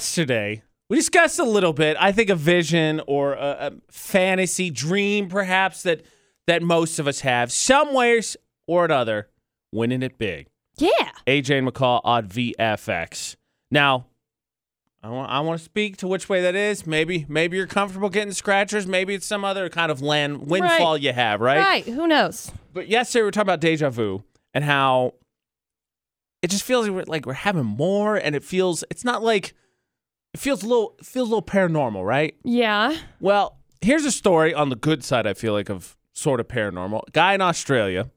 yesterday we discussed a little bit i think a vision or a, a fantasy dream perhaps that that most of us have some ways or another winning it big Yeah. aj and mccall on vfx now I want, I want to speak to which way that is. Maybe maybe you're comfortable getting scratchers. Maybe it's some other kind of land windfall you have, Right. Who knows? but yesterday we were talking about deja vu and how it just feels like we're, like we're having more, and it feels it's not like it feels a little it feels a little paranormal, right? Yeah. Well, here's a story on the good side. I feel like of sort of paranormal. Guy in Australia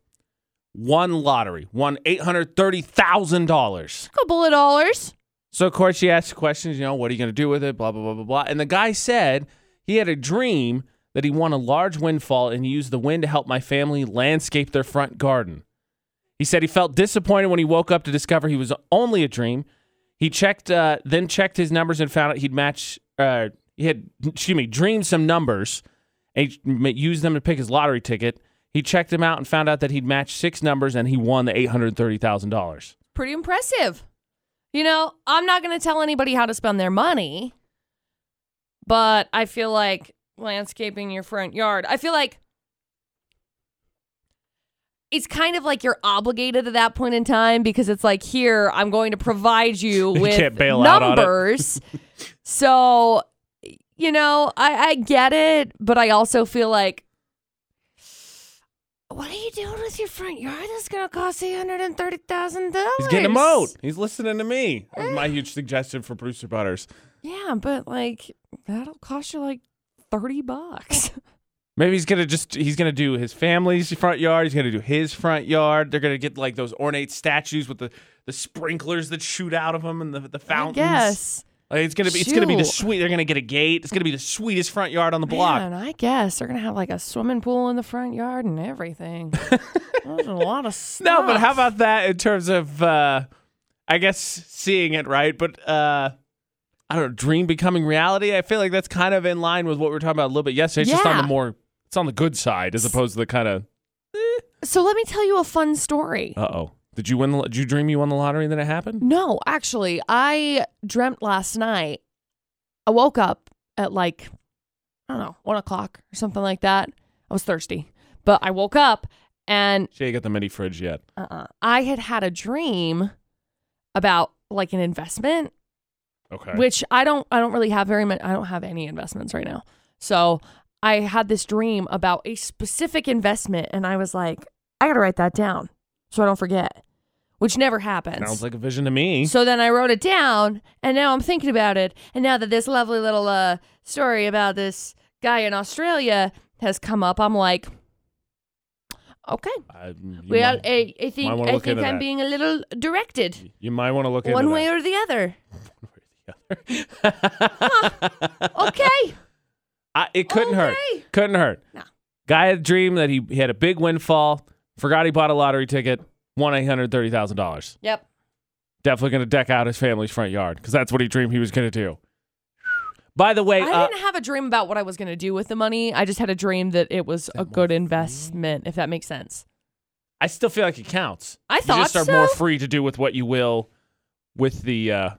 won lottery, won eight hundred thirty thousand dollars. Couple of dollars. So of course she asked questions, you know, what are you going to do with it? Blah blah blah blah blah. And the guy said he had a dream that he won a large windfall and used the wind to help my family landscape their front garden. He said he felt disappointed when he woke up to discover he was only a dream. He checked, uh, then checked his numbers and found out he'd match. Uh, he had, excuse me, dreamed some numbers and he ma- used them to pick his lottery ticket. He checked them out and found out that he'd matched six numbers and he won the eight hundred thirty thousand dollars. Pretty impressive. You know, I'm not going to tell anybody how to spend their money, but I feel like landscaping your front yard, I feel like it's kind of like you're obligated at that point in time because it's like, here, I'm going to provide you You with can't bail out on it. numbers. so, you know, I, I get it, but I also feel like what are you doing with your front yard that's gonna cost eight hundred and thirty thousand dollars? He's getting him out. He's listening to me. That was my huge suggestion for Brewster Butters. Yeah, but like that'll cost you like thirty bucks. Maybe he's gonna just he's gonna do his family's front yard. He's gonna do his front yard. They're gonna get like those ornate statues with the the sprinklers that shoot out of them and the the fountains. I guess. Like, it's gonna be it's gonna be the Shoot. sweet. They're gonna get a gate. It's gonna be the sweetest front yard on the block. Man, I guess they're gonna have like a swimming pool in the front yard and everything. There's a lot of stuff. No, but how about that in terms of uh I guess seeing it right, but uh I don't know, dream becoming reality. I feel like that's kind of in line with what we were talking about a little bit yesterday. It's just on Yeah. the more it's on the good side as opposed to the kind of So let me tell you a fun story. uh oh. Did you win the did you dream you won the lottery and then it happened? No, actually, I dreamt last night. I woke up at like, I don't know, one o'clock or something like that. I was thirsty, but I woke up and She ain't got the mini fridge yet. uh, I had had a dream about like an investment, Okay. which I don't, I don't really have very much. I don't have any investments right now. So I had this dream about a specific investment and I was like, I got to write that down so I don't forget, which never happens. Sounds like a vision to me. So then I wrote it down, and now I'm thinking about it. And now that this lovely little uh, story about this guy in Australia has come up, I'm like, okay. I- you well, might, I, I think might wanna I look think into I'm that. being a little directed you might want to look one into way or the other. that. Okay. I, it couldn't hurt. Okay. Couldn't hurt. No. Guy had a dream that he, he had a big windfall, forgot he bought a lottery ticket, won $830,000. yep. Definitely going to deck out his family's front yard because that's what he dreamed he was going to do. By the way, I uh, didn't have a dream about what I was going to do with the money. I just had a dream that it was a good investment, if that makes sense. I still feel like it counts. I You thought just are more so. free to do with what you will with the uh,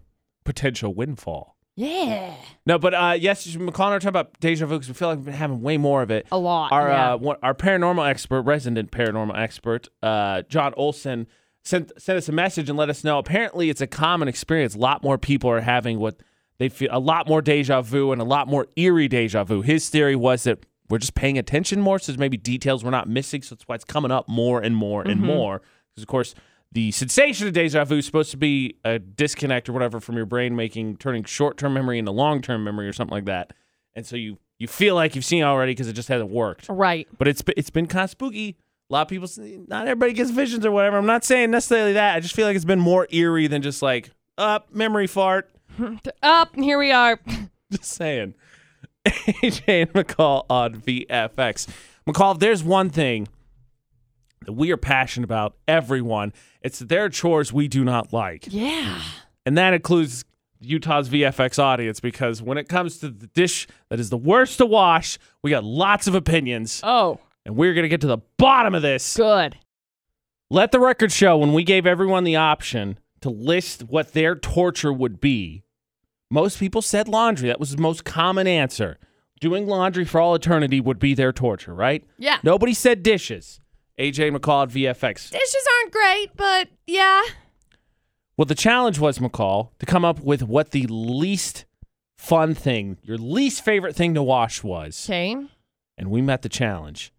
potential windfall. Yeah. No, but uh, yes, McCall and I were talking about deja vu because we feel like we've been having way more of it. A lot. Our yeah. uh, one, our paranormal expert, resident paranormal expert, uh, John Olson, sent sent us a message and let us know. Apparently, it's a common experience. A lot more people are having what they feel a lot more deja vu and a lot more eerie deja vu. His theory was that we're just paying attention more, so there's maybe details we're not missing. So that's why it's coming up more and more and Mm-hmm. more. Because of course. The sensation of deja vu is supposed to be a disconnect or whatever from your brain, making turning short-term memory into long-term memory or something like that, and so you you feel like you've seen it already because it just hasn't worked right. but it's it's been kind of spooky. A lot of people, s- not everybody gets visions or whatever. I'm not saying necessarily that. I just feel like it's been more eerie than just like up memory fart. Up, here we are. Just saying. AJ and McCall on VFX. McCall, if there's one thing that we are passionate about, everyone, it's that there are chores we do not like. Yeah. And that includes Utah's VFX audience because when it comes to the dish that is the worst to wash, we got lots of opinions. Oh, And we're going to get to the bottom of this. good. Let the record show when we gave everyone the option to list what their torture would be, Most people said laundry. That was the most common answer. Doing laundry for all eternity would be their torture, right? Yeah. Nobody said dishes. AJ McCall at VFX. Dishes aren't great, but yeah. Well, the challenge was, McCall, to come up with what the least fun thing, your least favorite thing to wash was. Okay. And we met the challenge.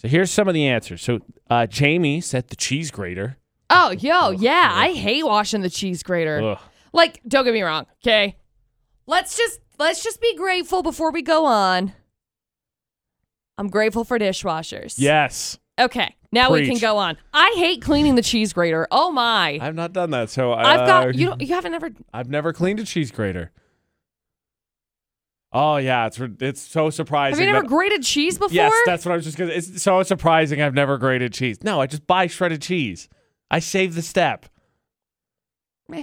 So here's some of the answers. So uh, Jamie said the cheese grater. Oh, yo, yeah. I hate washing the cheese grater. Ugh. Like, don't get me wrong, okay? Let's just let's just be grateful before we go on. I'm grateful for dishwashers. Yes. Okay. Now we can Preach. go on. I hate cleaning the cheese grater. Oh my. I've not done that. So I, uh, I've got you. Don't, you haven't ever. I've never cleaned a cheese grater. Oh yeah, it's re- it's so surprising. Have you never that- grated cheese before? yes, that's what I was just gonna. It's so surprising. I've never grated cheese. No, I just buy shredded cheese. I save the step. Meh.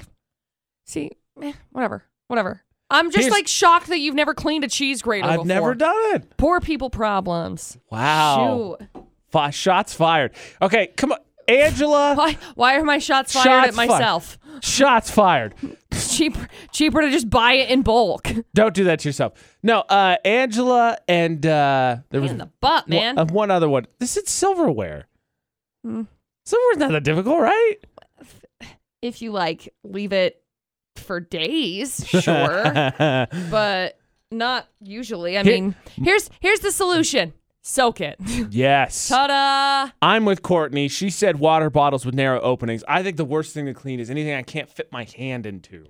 See, meh, whatever, whatever. I'm just Here's- like shocked that you've never cleaned a cheese grater. I've before. never done it. Poor people problems. Wow. Shoot. Fi- shots fired. Okay, come on, Angela. Why? Why are my shots fired Shots at fired. myself? shots fired. cheaper, cheaper to just buy it in bulk. Don't do that to yourself. No, uh, Angela and uh, there was In the butt, man. Hmm. One, uh, one other one. This is silverware. Silverware's not that difficult, right? if you like, leave it for days, sure, but not usually. I Here- mean, here's here's the solution: soak it. yes. Ta-da! I'm with Courtney. She said water bottles with narrow openings. I think the worst thing to clean is anything I can't fit my hand into.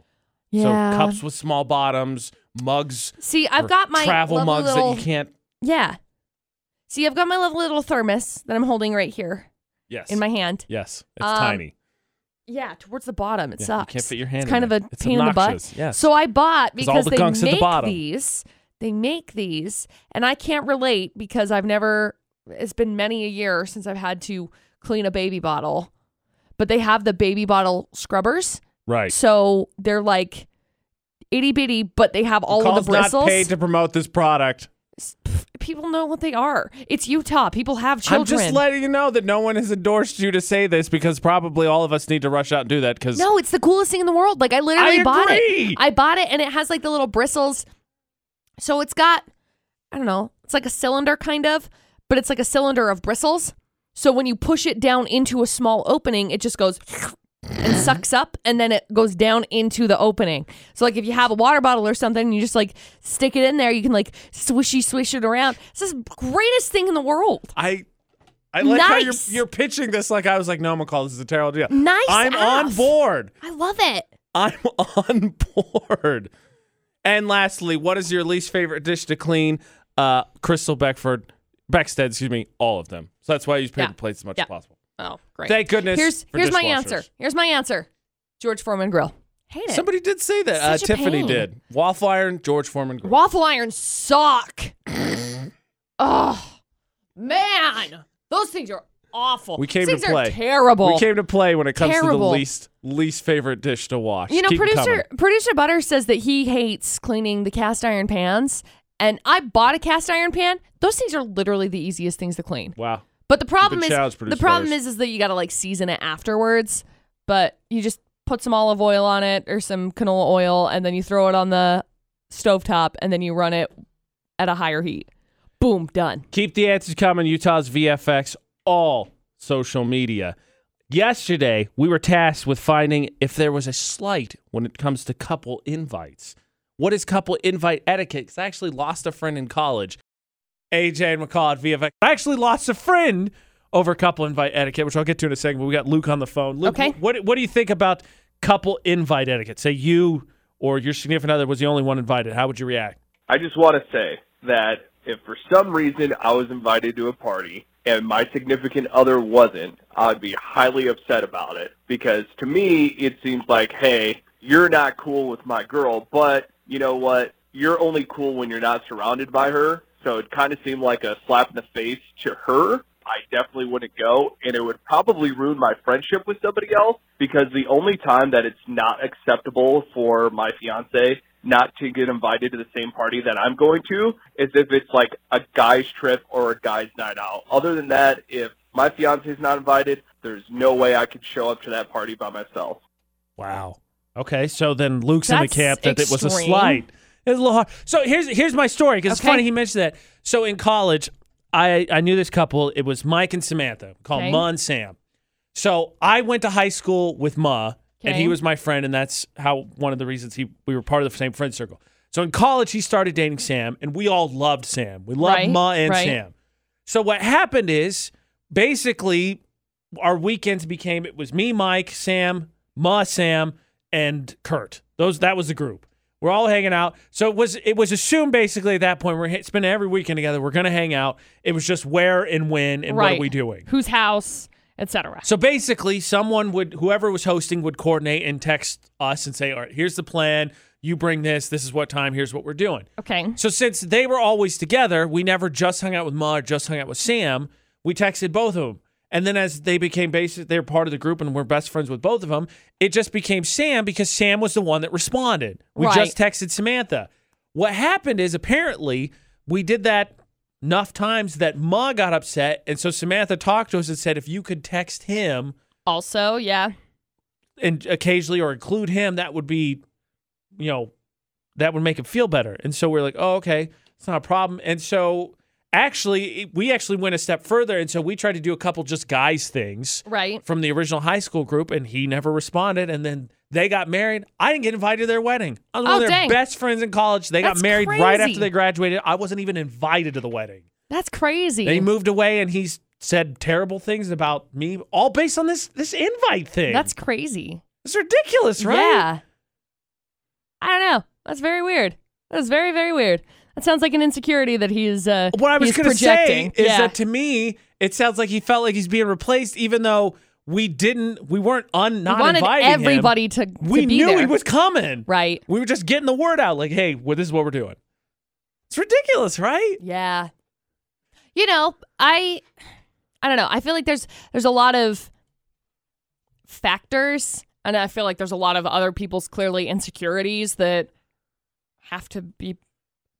So cups with small bottoms, mugs, See, or I've got my travel lovely mugs little that you can't. Yeah. See, I've got my lovely little thermos that I'm holding right here Yes. in my hand. yes. It's Um, tiny. Yeah, towards the bottom. It Yeah, you sucks. can't fit your hand It's in kind of there. a It's pain in obnoxious, the butt. yes. So I bought 'Cause all because the they gunk's at the make bottom. these. They make these, and I can't relate because I've never. It's been many a year since I've had to clean a baby bottle, but they have the baby bottle scrubbers, Right. so they're like itty bitty, but they have all of the bristles. not paid to promote this product. People know what they are. It's Utah. People have children. I'm just letting you know that no one has endorsed you to say this because probably all of us need to rush out and do that because No, it's the coolest thing in the world. Like I literally I bought agree. it. I bought it and it has like the little bristles. So it's got I don't know, it's like a cylinder kind of, but it's like a cylinder of bristles. So when you push it down into a small opening, it just goes and sucks up and then it goes down into the opening. So like if you have a water bottle or something and you just like stick it in there, you can like swishy swish it around. It's the greatest thing in the world. I I like how you're Nice. you're pitching this like I was like, no, McCall, this is a terrible idea. Nice I'm on ass. board. I love it. I'm on board. And lastly, what is your least favorite dish to clean? Uh, Crystal Beckford, Beckstead, excuse me, all of them. So that's why I use paper Yeah. plates as much Yeah. as possible. Oh, great. Thank goodness. Here's for here's my dishwashers. answer. Here's my answer. George Foreman grill. Hate it. Somebody did say that. Uh, Such a Tiffany pain. did. Waffle iron, George Foreman. grill. Waffle irons suck. oh man, those things are awful. We came those to things play. Are terrible. We came to play when it comes to Terrible. the least least favorite dish to wash. you know, Keep 'em coming. producer producer Butter says that he hates cleaning the cast iron pans, and I bought a cast iron pan. Those things are literally the easiest things to clean. Wow. But the problem is challenge, the Producer problem Butters. is is that you got to like season it afterwards. But you just put some olive oil on it or some canola oil, and then you throw it on the stovetop, and then you run it at a higher heat. Boom, done. Keep the answers coming. Utah's VFX, all social media. Yesterday, we were tasked with finding if there was a slight when it comes to couple invites. What is couple invite etiquette? Because I actually lost a friend in college. AJ and McCall at VFX. I actually lost a friend over couple invite etiquette, which I'll get to in a second. But we got Luke on the phone. Luke, Okay. What What do you think about couple invite etiquette? Say you or your significant other was the only one invited. How would you react? I just want to say that if for some reason I was invited to a party and my significant other wasn't, I'd be highly upset about it because to me it seems like, hey, you're not cool with my girl, but you know what? You're only cool when you're not surrounded by her. So it kind of seemed like a slap in the face to her. I definitely wouldn't go, and it would probably ruin my friendship with somebody else because the only time that it's not acceptable for my fiance not to get invited to the same party that I'm going to is if it's like a guy's trip or a guy's night out. Other than that, if my fiance's not invited, there's no way I could show up to that party by myself. Wow. Okay, so then Luke's in the That's camp that it was a extreme. slight. It's a little hard. So here's here's my story because it's Okay. funny he mentioned that. So in college, I I knew this couple. It was Mike and Samantha called Okay. Ma and Sam. So I went to high school with Ma, and he Okay. was my friend, and that's how one of the reasons he we were part of the same friend circle. So in college, he started dating Sam, and we all loved Sam. We loved Right, Ma and right. Sam. So what happened is basically our weekends became it was me, Mike, Sam, Ma, Sam, and Kurt. Those that was the group. We're all hanging out. So it was it was assumed basically at that point we're ha- spending every weekend together. We're gonna hang out. It was just where and when and what are Right. we doing. Whose house, etc. So basically, someone would, whoever was hosting would coordinate and text us and say, all right, here's the plan. You bring this. This is what time. Here's what we're doing. Okay. So since they were always together, we never just hung out with Ma or just hung out with Sam. We texted both of them. And then as they became basic, they were part of the group and we're best friends with both of them. It just became Sam because Sam was the one that responded. We Right. just texted Samantha. What happened is apparently we did that enough times that Ma got upset. And so Samantha talked to us and said, if you could text him Also, yeah. and occasionally or include him, that would be, you know, that would make him feel better. And so we're like, oh, okay, it's not a problem. And so actually, it- we actually went a step further. And so we tried to do a couple just guys things Right. from the original high school group, and he never responded. And then they got married. I didn't get invited to their wedding. I was one Oh, of their dang. best friends in college. They got That's married right after crazy. they graduated. I wasn't even invited to the wedding. That's crazy. They moved away, and he's said terrible things about me, all based on this this invite thing. That's crazy. it's ridiculous, right? Yeah. I don't know. That's very weird. That's very, very weird. That sounds like an insecurity that he's uh what I was he's going to say projecting. is yeah. that to me, it sounds like he felt like he's being replaced, even though we didn't, we weren't un We not wanted inviting him. everybody to, to We be knew there. he was coming. right. We were just getting the word out, like, hey, well, this is what we're doing. It's ridiculous, right? Yeah. You know, I I don't know. I feel like there's there's a lot of factors and I feel like there's a lot of other people's clearly insecurities that have to be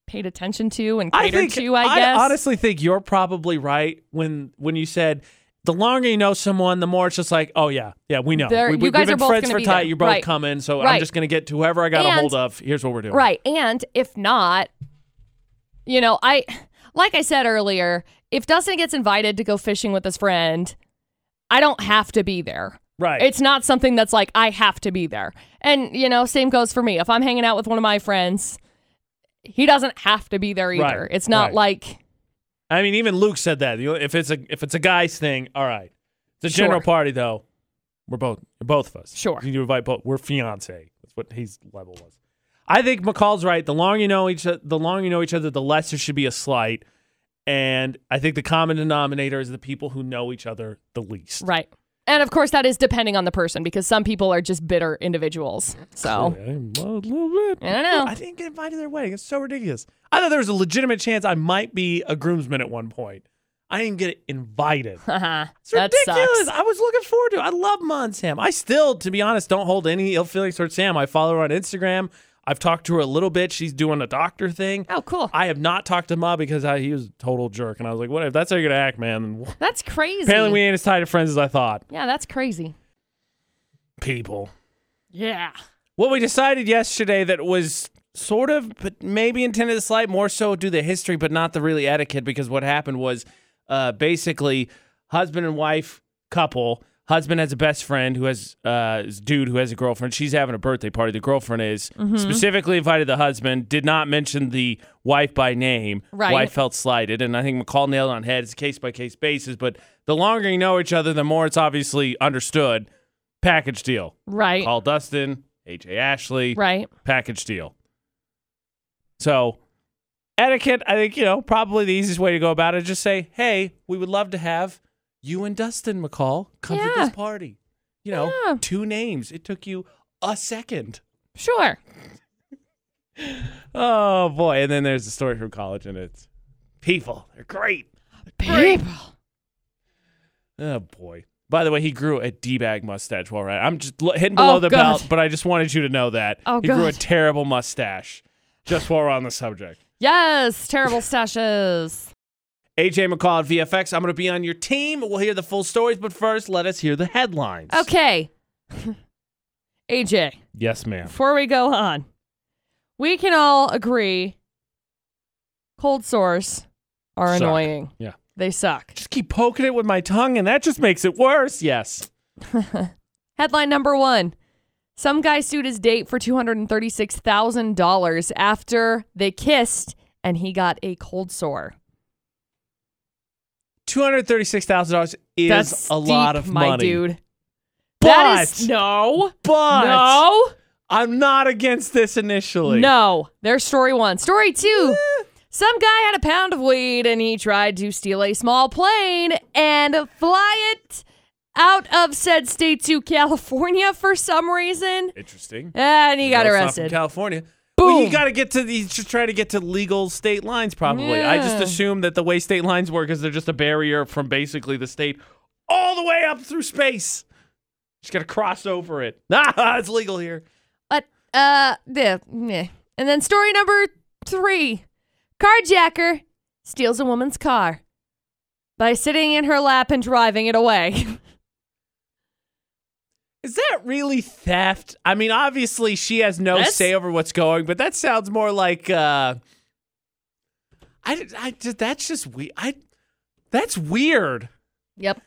paid attention to and I catered think to, I guess. honestly think you're probably right when when you said the longer you know someone, the more it's just like, oh yeah, yeah, we know. They're- we, you we've guys been are both friends gonna for be tight. there. You're both Right. coming, so I'm Right. just gonna get to whoever I got a And- hold of. Here's what we're doing. Right. And if not, you know, I like I said earlier, if Dustin gets invited to go fishing with his friend, I don't have to be there. right. It's not something that's like I have to be there. And you know, same goes for me. If I'm hanging out with one of my friends, he doesn't have to be there either. Right, It's not right. like I mean, even Luke said that. You- If it's a if it's a guy's thing, all right. The Sure. general party though, we're both both of us. Sure. You need to invite both. We're fiance. That's what his level was. I think McCall's right. The longer you know each o- the longer you know each other, the less there should be a slight. And I think the common denominator is the people who know each other the least. right. And of course, that is depending on the person because some people are just bitter individuals. So Yeah, well, a little bit. I don't know. I didn't get invited to their wedding. It's so ridiculous. I thought there was a legitimate chance I might be a groomsman at one point. I didn't get invited. haha, It's that ridiculous. sucks. I was looking forward to it. I love Ma and Sam. I still, to be honest, don't hold any ill feelings towards Sam. I follow her on Instagram. I've talked to her a little bit. She's doing a doctor thing. Oh, cool. I have not talked to Ma because I, he was a total jerk. And I was like, what if that's how you're going to act, man? then That's crazy. Apparently, we ain't as tight of friends as I thought. yeah, that's crazy. People. Yeah. What we decided yesterday that was sort of, but maybe intended to slight more so do the history, but not the really etiquette, because what happened was uh, basically husband and wife couple. Husband has a best friend who has uh, this dude who has a girlfriend. She's having a birthday party. The girlfriend is specifically invited the husband. Did not mention the wife by name. Right. Wife felt slighted, and I think McCall nailed it on head. It's a case by case basis, but the longer you know each other, the more it's obviously understood. Package deal. Right. Paul Dustin, AJ Ashley, Right. package deal. So, etiquette, I think, you know, probably the easiest way to go about it is just say, hey, we would love to have you and Dustin McCall come to Yeah. this party. You know, Yeah. two names. It took you a second. Sure. Oh, boy. And then there's the story from college, and it's people. They're great. People. Oh, boy. By the way, he grew a D bag mustache while right. I'm just l- hitting below Oh, the God. belt, but I just wanted you to know that. Oh, he grew a God. terrible mustache just while we're on the subject. Yes. Terrible stashes. AJ McCall at VFX. I'm going to be on your team. We'll hear the full stories, but first, let us hear the headlines. Okay. AJ, Yes, ma'am. before we go on, we can all agree cold sores are Suck. annoying. Yeah. They suck. Just keep poking it with my tongue, and that just makes it worse. Yes. Headline number one Some guy sued his date for $236,000 after they kissed and he got a cold sore. Two hundred thirty-six thousand dollars is That's a lot steep, of my money, dude. But that is no, but no, I'm not against this initially. no. There's story one. Story two. Some guy had a pound of weed and he tried to steal a small plane and fly it out of said state to California for some reason, Interesting. and he got Well, it's not from arrested. California. Well, you Boom. got to get to the, he's just trying to get to legal state lines, probably. I just Yeah. assume that the way state lines work is they're just a barrier from basically the state all the way up through space. Just got to cross over it. Ah, it's legal here. But uh, yeah, meh. and then story number three: carjacker steals a woman's car by sitting in her lap and driving it away. Is that really theft? I mean, obviously she has no That's- say over what's going, but that sounds more like uh I, I that's just we I that's weird. yep.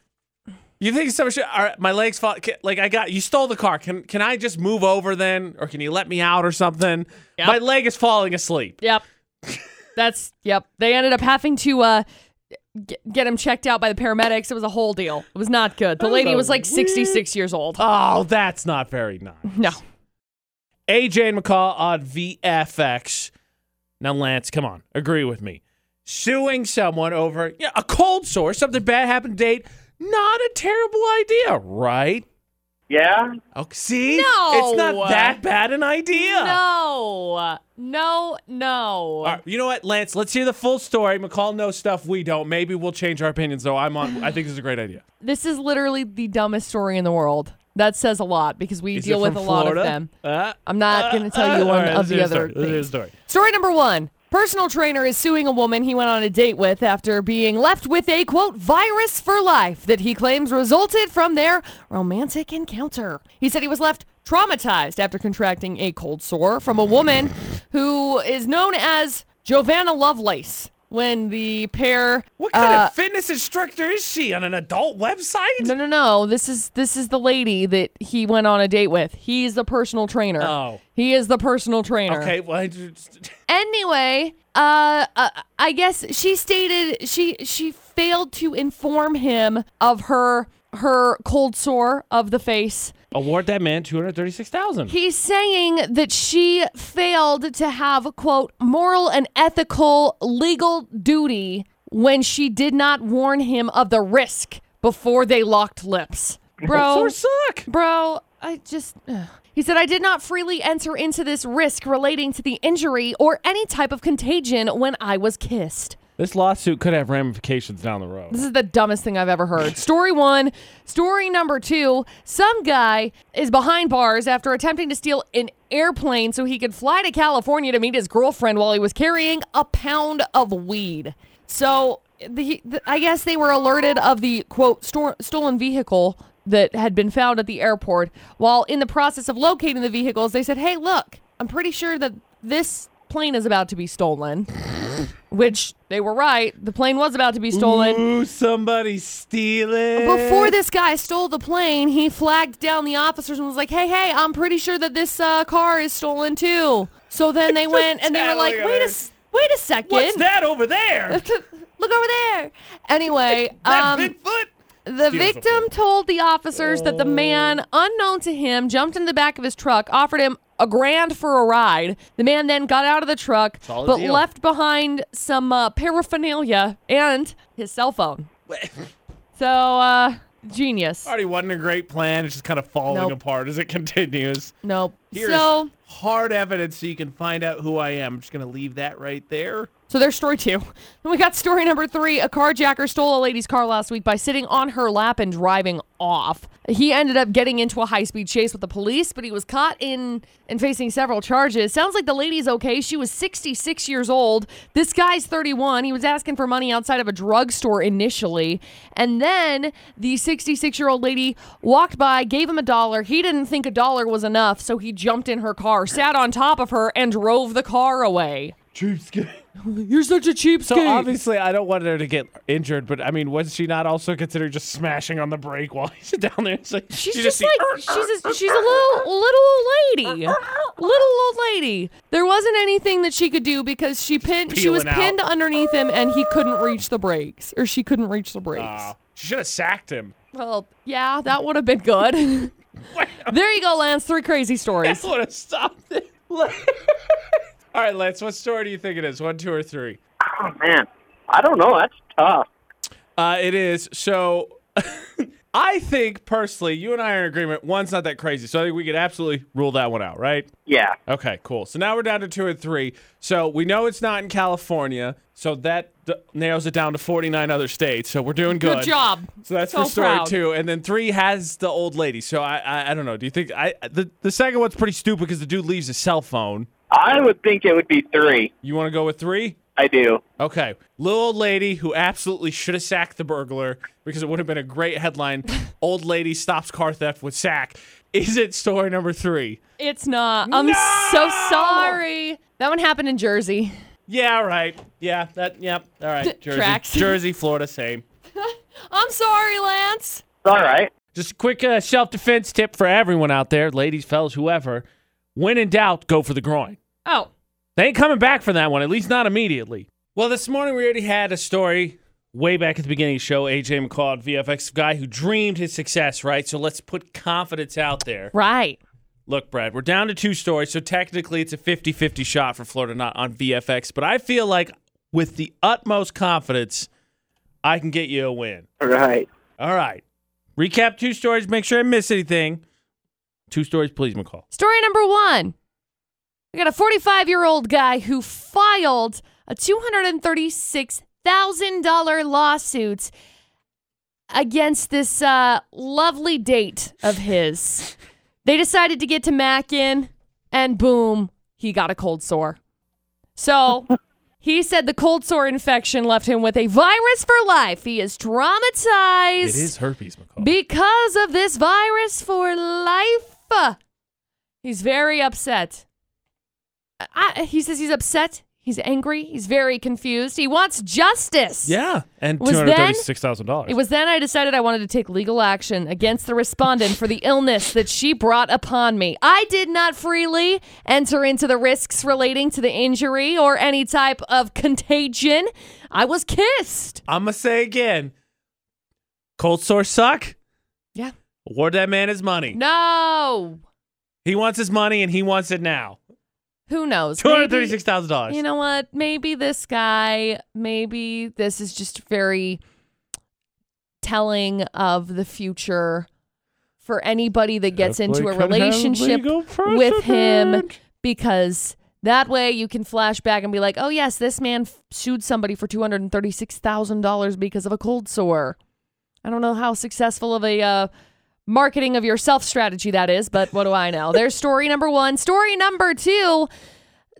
You think someone should? All right, my legs fall. Can, like I got you stole the car. Can can I just move over then, or can you let me out or something? Yep. My leg is falling asleep. Yep. That's yep. They ended up having to uh g- get him checked out by the paramedics. It was a whole deal. It was not good. The That was lady a was like weird- 66 years old. Oh, that's not very nice. No. AJ and McCall on VFX. Now, Lance, come on, agree with me. Suing someone over yeah, a cold sore, something bad happened. Date, not a terrible idea, right? Yeah, Oh, see, No. it's not that bad an idea. No. No, no. All right, you know what, Lance? Let's hear the full story. McCall knows stuff we don't. Maybe we'll change our opinions. Though I'm on. I think this is a great idea. This is literally the dumbest story in the world. That says a lot because we Is deal it with a from lot of Florida? them. Uh, I'm not going to tell uh, you all one right, of let's the hear other story. Let's hear things. story. Story number one Personal trainer is suing a woman he went on a date with after being left with a quote virus for life that he claims resulted from their romantic encounter. He said he was left traumatized after contracting a cold sore from a woman who is known as Giovanna Lovelace. When the pair What kind uh, of fitness instructor is she on an adult website? no, no, no. This is this is the lady that he went on a date with. He's the personal trainer. Oh. He is the personal trainer. Okay, well, I just- Anyway, uh, uh I guess she stated she she failed to inform him of her her cold sore of the face. award that man two hundred thirty-six thousand. He's saying that she failed to have quote moral and ethical legal duty when she did not warn him of the risk before they locked lips. Bro, Sore suck. Bro, I just. ugh. He said, I did not freely enter into this risk relating to the injury or any type of contagion when I was kissed. This lawsuit could have ramifications down the road. This is the dumbest thing I've ever heard. Story one. Story number two some guy is behind bars after attempting to steal an airplane so he could fly to California to meet his girlfriend while he was carrying a pound of weed. So the, the, I guess they were alerted of the quote stor- stolen vehicle that had been found at the airport. While in the process of locating the vehicles, they said, Hey, look, I'm pretty sure that this plane is about to be stolen. Which they were right. The plane was about to be stolen. Ooh, somebody steal it Before this guy stole the plane, he flagged down the officers and was like, "Hey, hey, I'm pretty sure that this uh, car is stolen too." So then they went and they were like, Totally "Wait a, other- s- wait a second, What's that over there? look over there." Anyway, that um, Bigfoot. the Steals the victim told the officers that the man, Oh. unknown to him, jumped in the back of his truck, offered him a grand for a ride. The man then got out of the truck, Solid but deal. left behind some uh, paraphernalia and his cell phone. So, uh, genius. Already wasn't a great plan. It's just kind of falling Nope. apart as it continues. Nope. Here's so, hard evidence so you can find out who I am. I'm just going to leave that right there. So there's story two. And we got story number three. A carjacker stole a lady's car last week by sitting on her lap and driving off. He ended up getting into a high speed chase with the police, but he was caught in and facing several charges. Sounds like the lady's okay. She was 66 years old. This guy's 31. He was asking for money outside of a drugstore initially. And then the 66 year old lady walked by, gave him a dollar. He didn't think a dollar was enough, so he jumped in her car, sat on top of her, and drove the car away. Cheapskate. You're such a cheapskate. So obviously, I don't want her to get injured, but I mean, was she not also considered just smashing on the brake while he's down there? It's like She's you just, see, like she's a, she's a little little old lady, little old lady. There wasn't anything that she could do because she pinned she was peeling out. pinned underneath him and he couldn't reach the brakes or she couldn't reach the brakes. "Oh, she should have sacked him. Well, yeah, that would have been good. there you go, Lance. Three crazy I stories. would have stopped it. All right, Lance. What story do you think it is? One, two, or three? Oh man, I don't know. That's tough. Uh, it is. So I think personally, you and I are in agreement. One's not that crazy, so I think we could absolutely rule that one out, right? Yeah. Okay, cool. So now we're down to two and three. So we know it's not in California, so that d- narrows it down to 49 other states. So we're doing good. Good job. So that's So for story proud. two, and then three has the old lady. So I, I, I don't know. Do you think I the the second one's pretty stupid because the dude leaves his cell phone. I would think it would be three. You want to go with three? I do. Okay. Little old lady who absolutely should have sacked the burglar because it would have been a great headline. old lady stops car theft with sack. Is it story number three? It's not. I'm so sorry. That one happened in Jersey. Yeah, all right. Yeah, that, yep. All right. Jersey, tracks. Jersey Florida, same. I'm sorry, Lance. It's all right. Just a quick uh, self defense tip for everyone out there, ladies, fellas, whoever. When in doubt, go for the groin. Oh, They ain't coming back from that one, at least not immediately. Well, this morning we already had a story way back at the beginning of the show. AJ McCall, VFX guy who dreamed his success, right? So let's put confidence out there. right. Look, Brad, we're down to two stories, so technically it's a 50 50 shot for Florida, not on VFX. But I feel like with the utmost confidence, I can get you a win. All right. All right. Recap two stories, make sure I miss anything. Two stories, please, McCall. Story number one. We got a 45 year old guy who filed a $236,000 lawsuit against this uh, lovely date of his. they decided to get to Mackin, and boom, he got a cold sore. So he said the cold sore infection left him with a virus for life. He is traumatized. It is herpes, McCall. Because of this virus for life. He's very upset. I, he says he's upset. He's angry. He's very confused. He wants justice. yeah, and Was then- $236,000. It was then I decided I wanted to take legal action against the respondent for the illness that she brought upon me. I did not freely enter into the risks relating to the injury or any type of contagion. I was kissed. I'm gonna say again. Cold sores suck. Yeah. Award that man his money. No. He wants his money and he wants it now. Who knows? Two hundred Maybe- thirty-six thousand dollars. you know what? Maybe this guy, maybe this is just very telling of the future for anybody that gets into a relationship with him because that way you can flash back and be like, oh, yes, this man f- sued somebody for $236,000 because of a cold sore. I don't know how successful of a uh, marketing of yourself strategy that is, but what do I know? There's story number one. Story number two.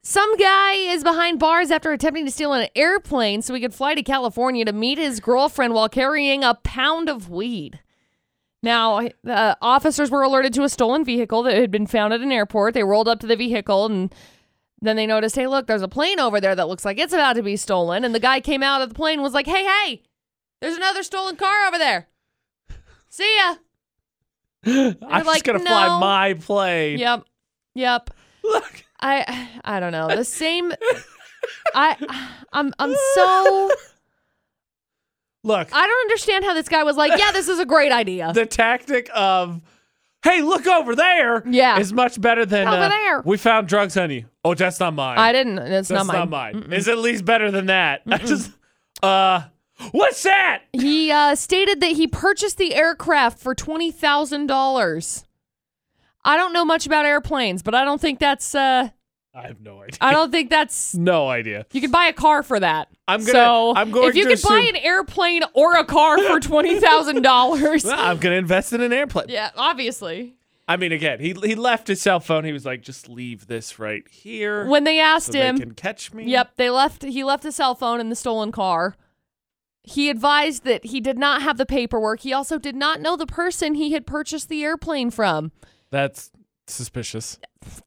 Some guy is behind bars after attempting to steal an airplane so he could fly to California to meet his girlfriend while carrying a pound of weed. Now, uh, officers were alerted to a stolen vehicle that had been found at an airport. They rolled up to the vehicle and then they noticed, hey, look, there's a plane over there that looks like it's about to be stolen. And the guy came out of the plane and was like, hey, hey, there's another stolen car over there. See ya. I'm like, just gonna fly no. my plane. Yep. Yep. Look, I I don't know. The same I I'm I'm so look. I don't understand how this guy was like, yeah, this is a great idea. the tactic of, hey, look over there. Yeah. is much better than Over uh, there. We found drugs, honey. Oh, that's not mine. I didn't. It's that's not mine. It's at least better than that. I just, uh, what's that? He uh, stated that he purchased the aircraft for twenty thousand dollars. I don't know much about airplanes, but I don't think that's uh, I have no idea. I don't think that's no idea. you could buy a car for that. I'm gonna- So I'm going if you to could buy assume- an airplane or a car for twenty thousand dollars, Well, I'm gonna invest in an airplane. yeah, obviously. I mean, again, he he left his cell phone. He was like, just leave this right here. When they asked so they him, can catch me. Yep, they left. He left his cell phone in the stolen car. He advised that he did not have the paperwork. He also did not know the person he had purchased the airplane from. That's suspicious.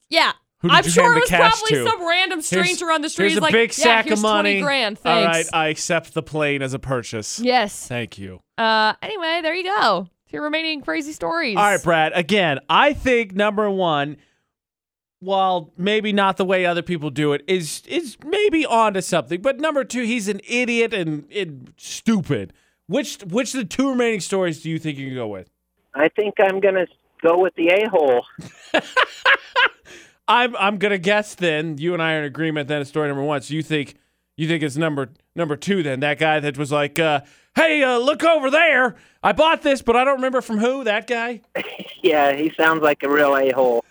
Yeah, Who did I'm you sure hand it the was cash probably to? some random stranger Here's- on the street. Here's He's a like, big yeah, sack here's of money. 20 grand. All Thanks. right, uh, I accept the plane as a purchase. Yes. Thank you. Uh. Anyway, there you go. Your remaining crazy stories. All right, Brad. Again, I think number one, while maybe not the way other people do it, is is maybe onto something. But number two, he's an idiot and, and stupid. Which which of the two remaining stories do you think you can go with? I think I'm going to go with the a hole. I'm I'm gonna guess then. You and I are in agreement. Then it's story number one. So you think you think it's number number two. Then that guy that was like, uh, "Hey, uh, look over there! I bought this, but I don't remember from who." That guy. Yeah, he sounds like a real a hole.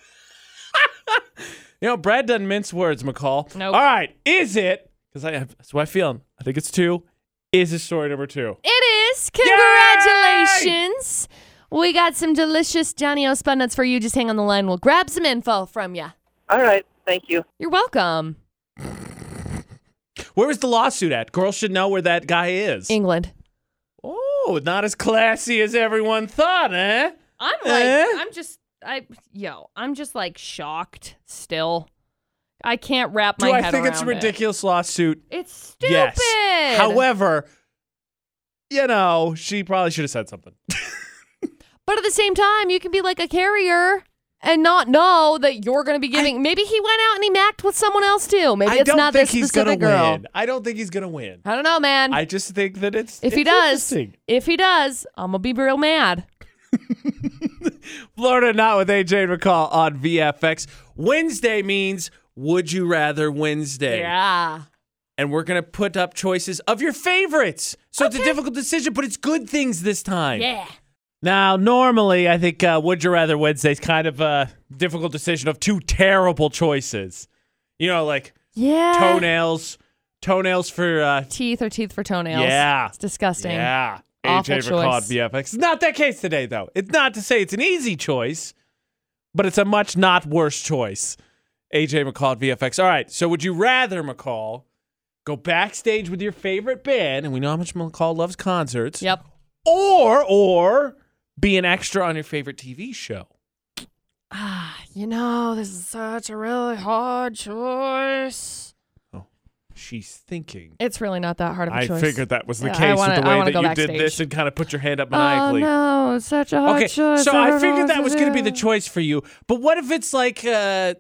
You know, Brad doesn't mince words, McCall. Nope. All right, is it? Because I have, that's what I feel. I think it's two. Is it story number two? It is. Congratulations. We got some delicious Johnny O Spud Nuts for you. Just hang on the line. We'll grab some info from you. All right. Thank you. You're welcome. Where is the lawsuit at? Girls should know where that guy is. England. oh, not as classy as everyone thought, eh? I'm like, Eh? I'm just, I, yo, I'm just like shocked still. I can't wrap my Do head I think it's a around it. ridiculous lawsuit? It's stupid. Yes. However, you know, she probably should have said something. but at the same time, you can be like a carrier and not know that you're going to be giving. maybe he went out and he macked with someone else too. Maybe I it's don't not think this he's gonna specific girl. win. I don't think he's gonna win. I don't know, man. I just think that it's if he it's does, interesting. if he does, I'm gonna be real mad. Florida Not with AJ and McCall on VFX. Wednesday means Would You Rather Wednesday. Yeah. And we're going to put up choices of your favorites. So it's a difficult decision, but it's good things this time. Yeah. Now, normally, I think uh, Would You Rather Wednesday's kind of a difficult decision of two terrible choices. You know, like Yeah. toenails, toenails for. Uh, Teeth or teeth for toenails. Yeah. It's disgusting. yeah. Awful AJ McCall on choice. VFX. It's not that case today, though. It's not to say it's an easy choice, but it's a much not worse choice. AJ McCall at VFX. All right. So, would you rather, McCall, go backstage with your favorite band, and we know how much McCall loves concerts, Yep. or or be an extra on your favorite TV show? Ah, you know, this is such a really hard choice. She's thinking. It's really not that hard of a I choice. figured that was the Yeah, I case wanna- with the I way wanna that go you did backstage. this and kind of put your hand up Oh maniacally. no, it's such a hard Okay, choice. so don't I know figured what that to was going to be do. the choice for you. But what if it's like uh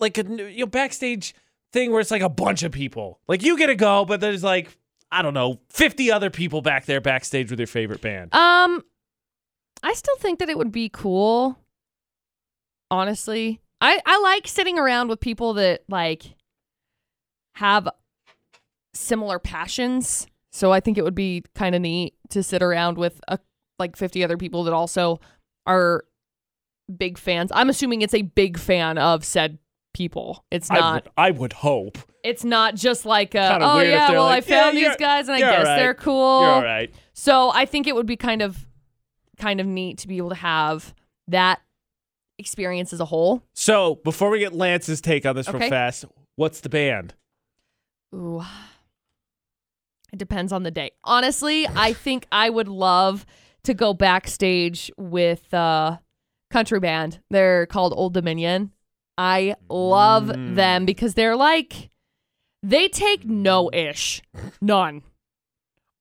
like a you know backstage thing where it's like a bunch of people? Like you get to go, but there's like I don't know, 50 other people back there backstage with your favorite band. Um, I still think that it would be cool. Honestly, I I like sitting around with people that like have similar passions. So I think it would be kind of neat to sit around with a, like 50 other people that also are big fans. I'm assuming it's a big fan of said people. It's I not would, I would hope. it's not just like a, Kinda oh weird if yeah, they're well I like, found "Yeah, these you're- guys and I you're guess alright. they're cool. You're all right. So I think it would be kind of kind of neat to be able to have that experience as a whole. So, before we get Lance's take on this real Okay. fast, what's the band? Ooh. It depends on the day. Honestly, I think I would love to go backstage with uh country band. They're called Old Dominion. I love Mm. them because they're like they take no ish. None.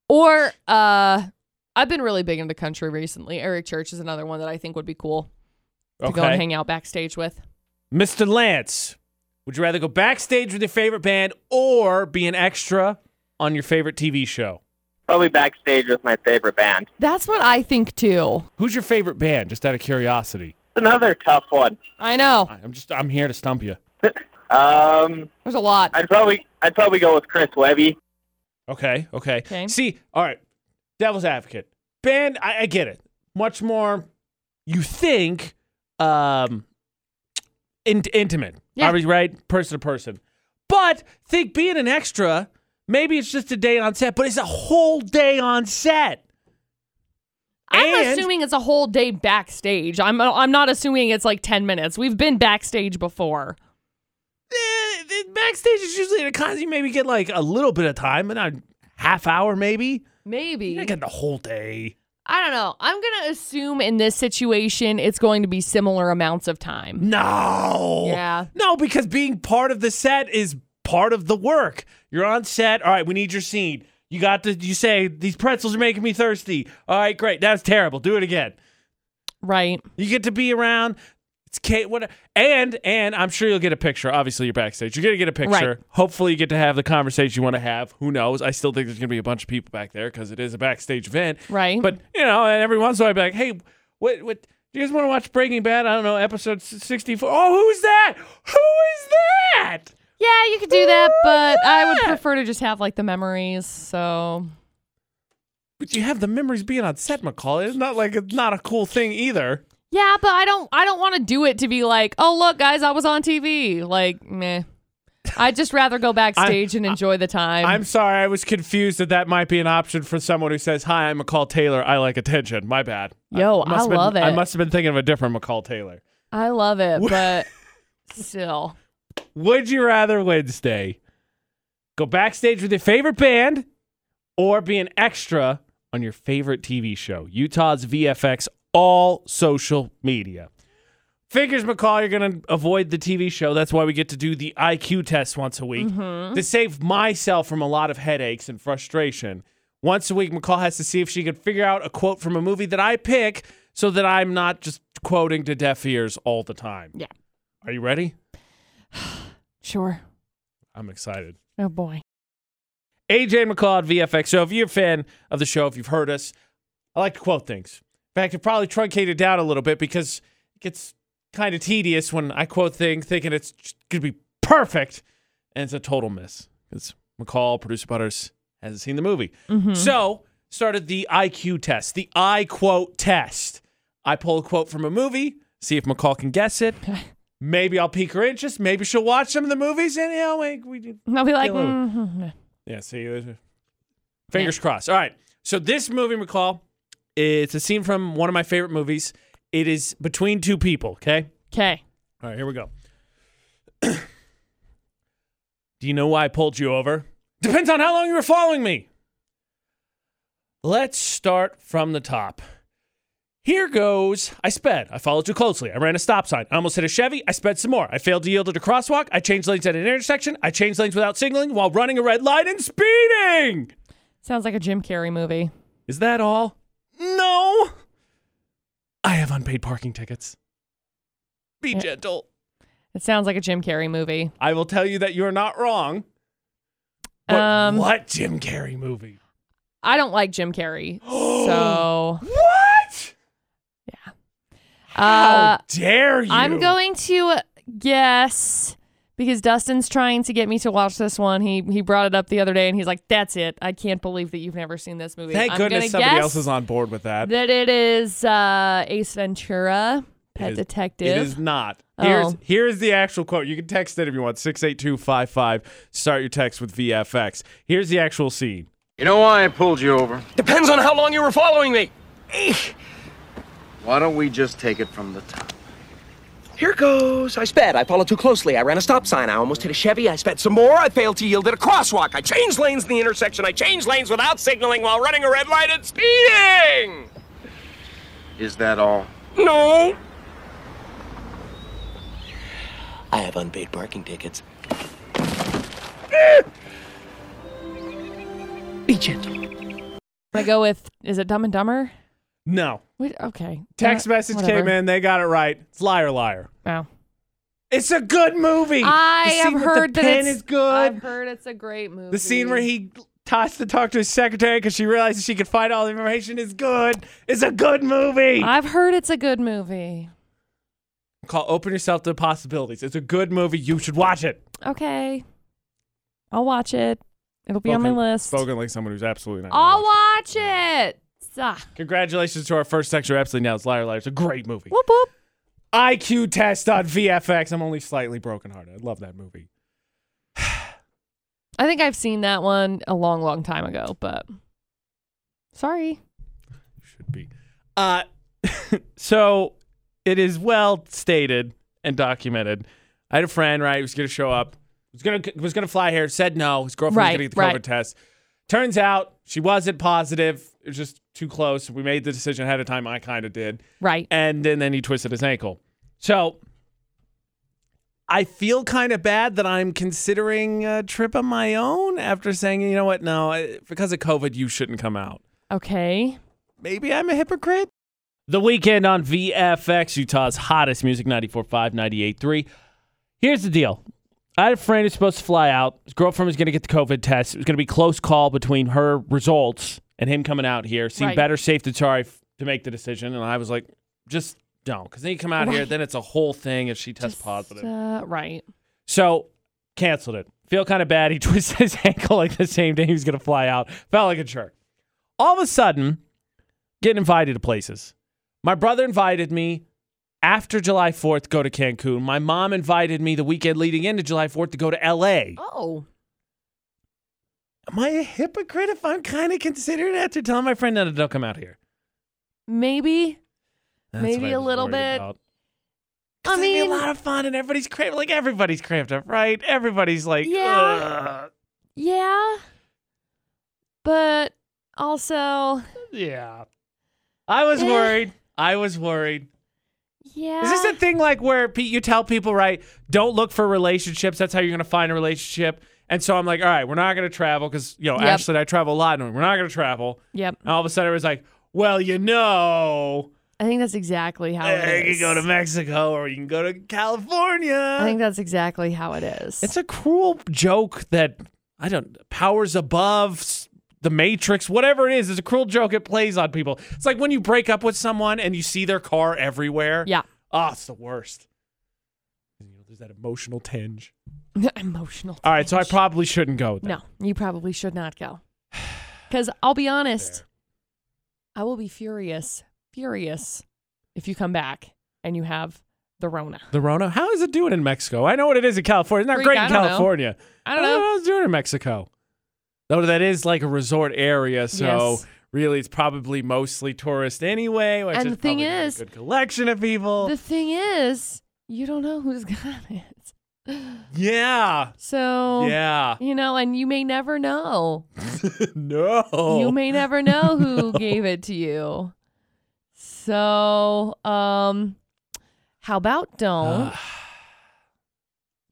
Or uh I've been really big into country recently. Eric Church is another one that I think would be cool to go and hang out backstage with. Mr. Lance, would you rather go backstage with your favorite band or be an extra on your favorite TV show? Probably backstage with my favorite band. That's what I think too. Who's your favorite band? Just out of curiosity. It's another tough one. I know. I- I'm just I'm here to stump you. Um, There's a lot. I'd probably I'd probably go with Chris Webby. Okay, okay. 'Kay. See, all right. Devil's advocate. Band, I, I get it. Much more you think um in- intimate. Yeah. Are we right? Person to person. But think being an extra, maybe it's just a day on set, but it's a whole day on set. I'm And- assuming it's a whole day backstage. I'm I'm not assuming it's like 10 minutes. We've been backstage before. Eh, the backstage is usually at a concert. You maybe get like a little bit of time, but not half hour maybe. Maybe. You didn't get the whole day. I don't know. I'm going to assume in this situation it's going to be similar amounts of time. No. Yeah. No, because being part of the set is part of the work. You're on set. All right, we need your scene. You got to. You say these pretzels are making me thirsty. All right, great. That's terrible. Do it again. Right. You get to be around. It's Kate. What? And and I'm sure you'll get a picture. Obviously, you're backstage. You're gonna get a picture. Right. Hopefully, you get to have the conversation you want to have. Who knows? I still think there's gonna be a bunch of people back there because it is a backstage event. Right. But you know, and every once in a while, I'd be like, hey, what what? Do you guys want to watch Breaking Bad? I don't know, episode s- 64. Oh, who's that? Who is that? Yeah, you could do that, but I would prefer to just have like the memories. So But you have the memories being on set, McCall. It's not like it's not a cool thing either. Yeah, but I don't I don't want to do it to be like, "Oh, look, guys, I was on TV." Like, meh. I'd just rather go backstage and enjoy the time. I'm sorry, I was confused that that might be an option for someone who says, "Hi, I'm McCall Taylor. I like attention." My bad. Yo, must I have been- love I it. must have been thinking of a different McCall Taylor. I love it, but still. Would you rather Wednesday go backstage with your favorite band or be an extra on your favorite TV show? Utah's VFX, all social media. Figures, McCall, you're going to avoid the TV show. That's why we get to do the IQ test once a week to save myself from a lot of headaches and frustration. Once a week, McCall has to see if she can figure out a quote from a movie that I pick so that I'm not just quoting to deaf ears all the time. Yeah. Are you ready? Sure. I'm excited. Oh boy. AJ McCall at VFX. So if you're a fan of the show, if you've heard us, I like to quote things. In fact, I probably truncate it down a little bit because it gets kind of tedious when I quote things thinking it's going to be perfect, and it's a total miss because McCall, producer Butters, hasn't seen the movie. So started the IQ test, the I quote test. I pull a quote from a movie, see if McCall can guess it. Maybe I'll pique her interest. Maybe she'll watch some of the movies, and you know, we, we And I'll be like, Hello. "Mhm." yeah, see, there's- fingers crossed. All right. So this movie, McCall, it's a scene from one of my favorite movies. It is between two people. Okay. Okay. All right. Here we go. Do you know why I pulled you over? Depends on how long you were following me. Let's start from the top. Here goes. I sped. I followed you closely. I ran a stop sign. I almost hit a Chevy. I sped some more. I failed to yield at a crosswalk. I changed lanes at an intersection. I changed lanes without signaling while running a red light and speeding. Sounds like a Jim Carrey movie. Is that all? No. I have unpaid parking tickets. Be gentle. It sounds like a Jim Carrey movie. I will tell you that you're not wrong. But Um, what Jim Carrey movie? I don't like Jim Carrey. so, What? uh, How dare you? I'm going to guess because Dustin's trying to get me to watch this one. He he brought it up the other day and he's like, "That's it. I can't believe that you've never seen this movie." Thank I'm goodness gonna somebody guess else is on board with that. That it is uh, Ace Ventura, Pet is- Detective. It is not. Here's Oh. here's the actual quote. You can text it if you want. 68255. Start your text with VFX. Here's the actual scene. You know why I pulled you over? Depends on how long you were following me. Why don't we just take it from the top? Here goes. I sped. I followed too closely. I ran a stop sign. I almost hit a Chevy. I sped some more. I failed to yield at a crosswalk. I changed lanes in the intersection. I changed lanes without signaling while running a red light and speeding. Is that all? No. I have unpaid parking tickets. Be gentle. I'm gonna go with. Is it Dumb and Dumber? No. Wait, okay. Text Uh, message whatever. came in. They got it right. It's liar liar. Oh. It's a good movie. I the scene have with heard the that pen it's is good. I've heard it's a great movie. The scene where he tossed the talk to his secretary because she realizes she could find all the information is good. It's a good movie. I've heard it's a good movie. Call open yourself to the possibilities. It's a good movie. You should watch it. Okay, I'll watch it. It'll be on my list. Spoken like someone who's absolutely not. gonna I'll watch watch it. Ah, it. Congratulations to our first section. of Absolutely now it's liar liar. It's a great movie. whoop whoop. IQ test on VFX. I'm only slightly brokenhearted. I love that movie. I think I've seen that one a long, long time ago, but sorry. should be. Uh, so it is well stated and documented. I had a friend, right, who was going to show up, was going to was going to fly here, said no. His girlfriend Right, was going to get the right. COVID test. Turns out she wasn't positive. It was just too close. We made the decision ahead of time. I kind of did Right. and then, then he twisted his ankle. So I feel kind of bad that I'm considering a trip of my own after saying, you know what, no, I- because of COVID, you shouldn't come out. Okay. Maybe I'm a hypocrite. The weekend on VFX, Utah's hottest music 94.5, 98.3. Here's the deal. I had a friend who's supposed to fly out. His girlfriend was going to get the COVID test. It was going to be close call between her results and him coming out here. Seemed Right. better safe than sorry f- to make the decision. And I was like, just don't. Because then you come out here, Right. then it's a whole thing if she tests Just, positive. Uh, right. So canceled it. Feel kind of bad. He twisted his ankle like the same day he was going to fly out. Felt like a jerk. All of a sudden, getting invited to places. My brother invited me after July 4th to go to Cancun. My mom invited me the weekend leading into July 4th to go to LA. Oh. Am I a hypocrite if I'm kind of considering after telling my friend, no, no, don't come out here? Maybe. That's what I Maybe a was little worried bit. about. I It's gonna be mean, a lot of fun, and everybody's cramped. Like everybody's cramped up, right? Everybody's like, Yeah. "Ugh." yeah. But also, Yeah. I was Eh. worried. I was worried. yeah. Is this Ah. a thing like where Pete, you tell people, right, don't look for relationships. That's how you're going to find a relationship. And so I'm like, all right, we're not going to travel because, you know, Yep. Ashley and I travel a lot and we're not going to travel. Yep. And all of a sudden it was like, well, you know, I think that's exactly how eh, it you is. can go to Mexico or you can go to California. I think that's exactly how it is. it's a cruel joke that, I don't, powers above, s- the Matrix, whatever it is, it's a cruel joke it plays on people. It's like when you break up with someone and you see their car everywhere. yeah. Oh, it's the worst. You know, there's that emotional tinge. Emotional. All right, so I tinge. probably shouldn't go. Then. No, you probably should not go. Because I'll be honest, I will be furious, furious if you come back and you have the Rona. The Rona, how is it doing in Mexico? I know what it is in California. It's not Freak, great in I don't know. California. I don't I don't know. know how it's doing in Mexico. Though that is like a resort area, so Yes. really it's probably mostly tourist anyway. Which And is the thing probably not a is- good collection of people. The thing is, you don't know who's got it. yeah, Oh. So, yeah. you know, and you may never know. no, You may never know who gave it to you. So, um, how about don't?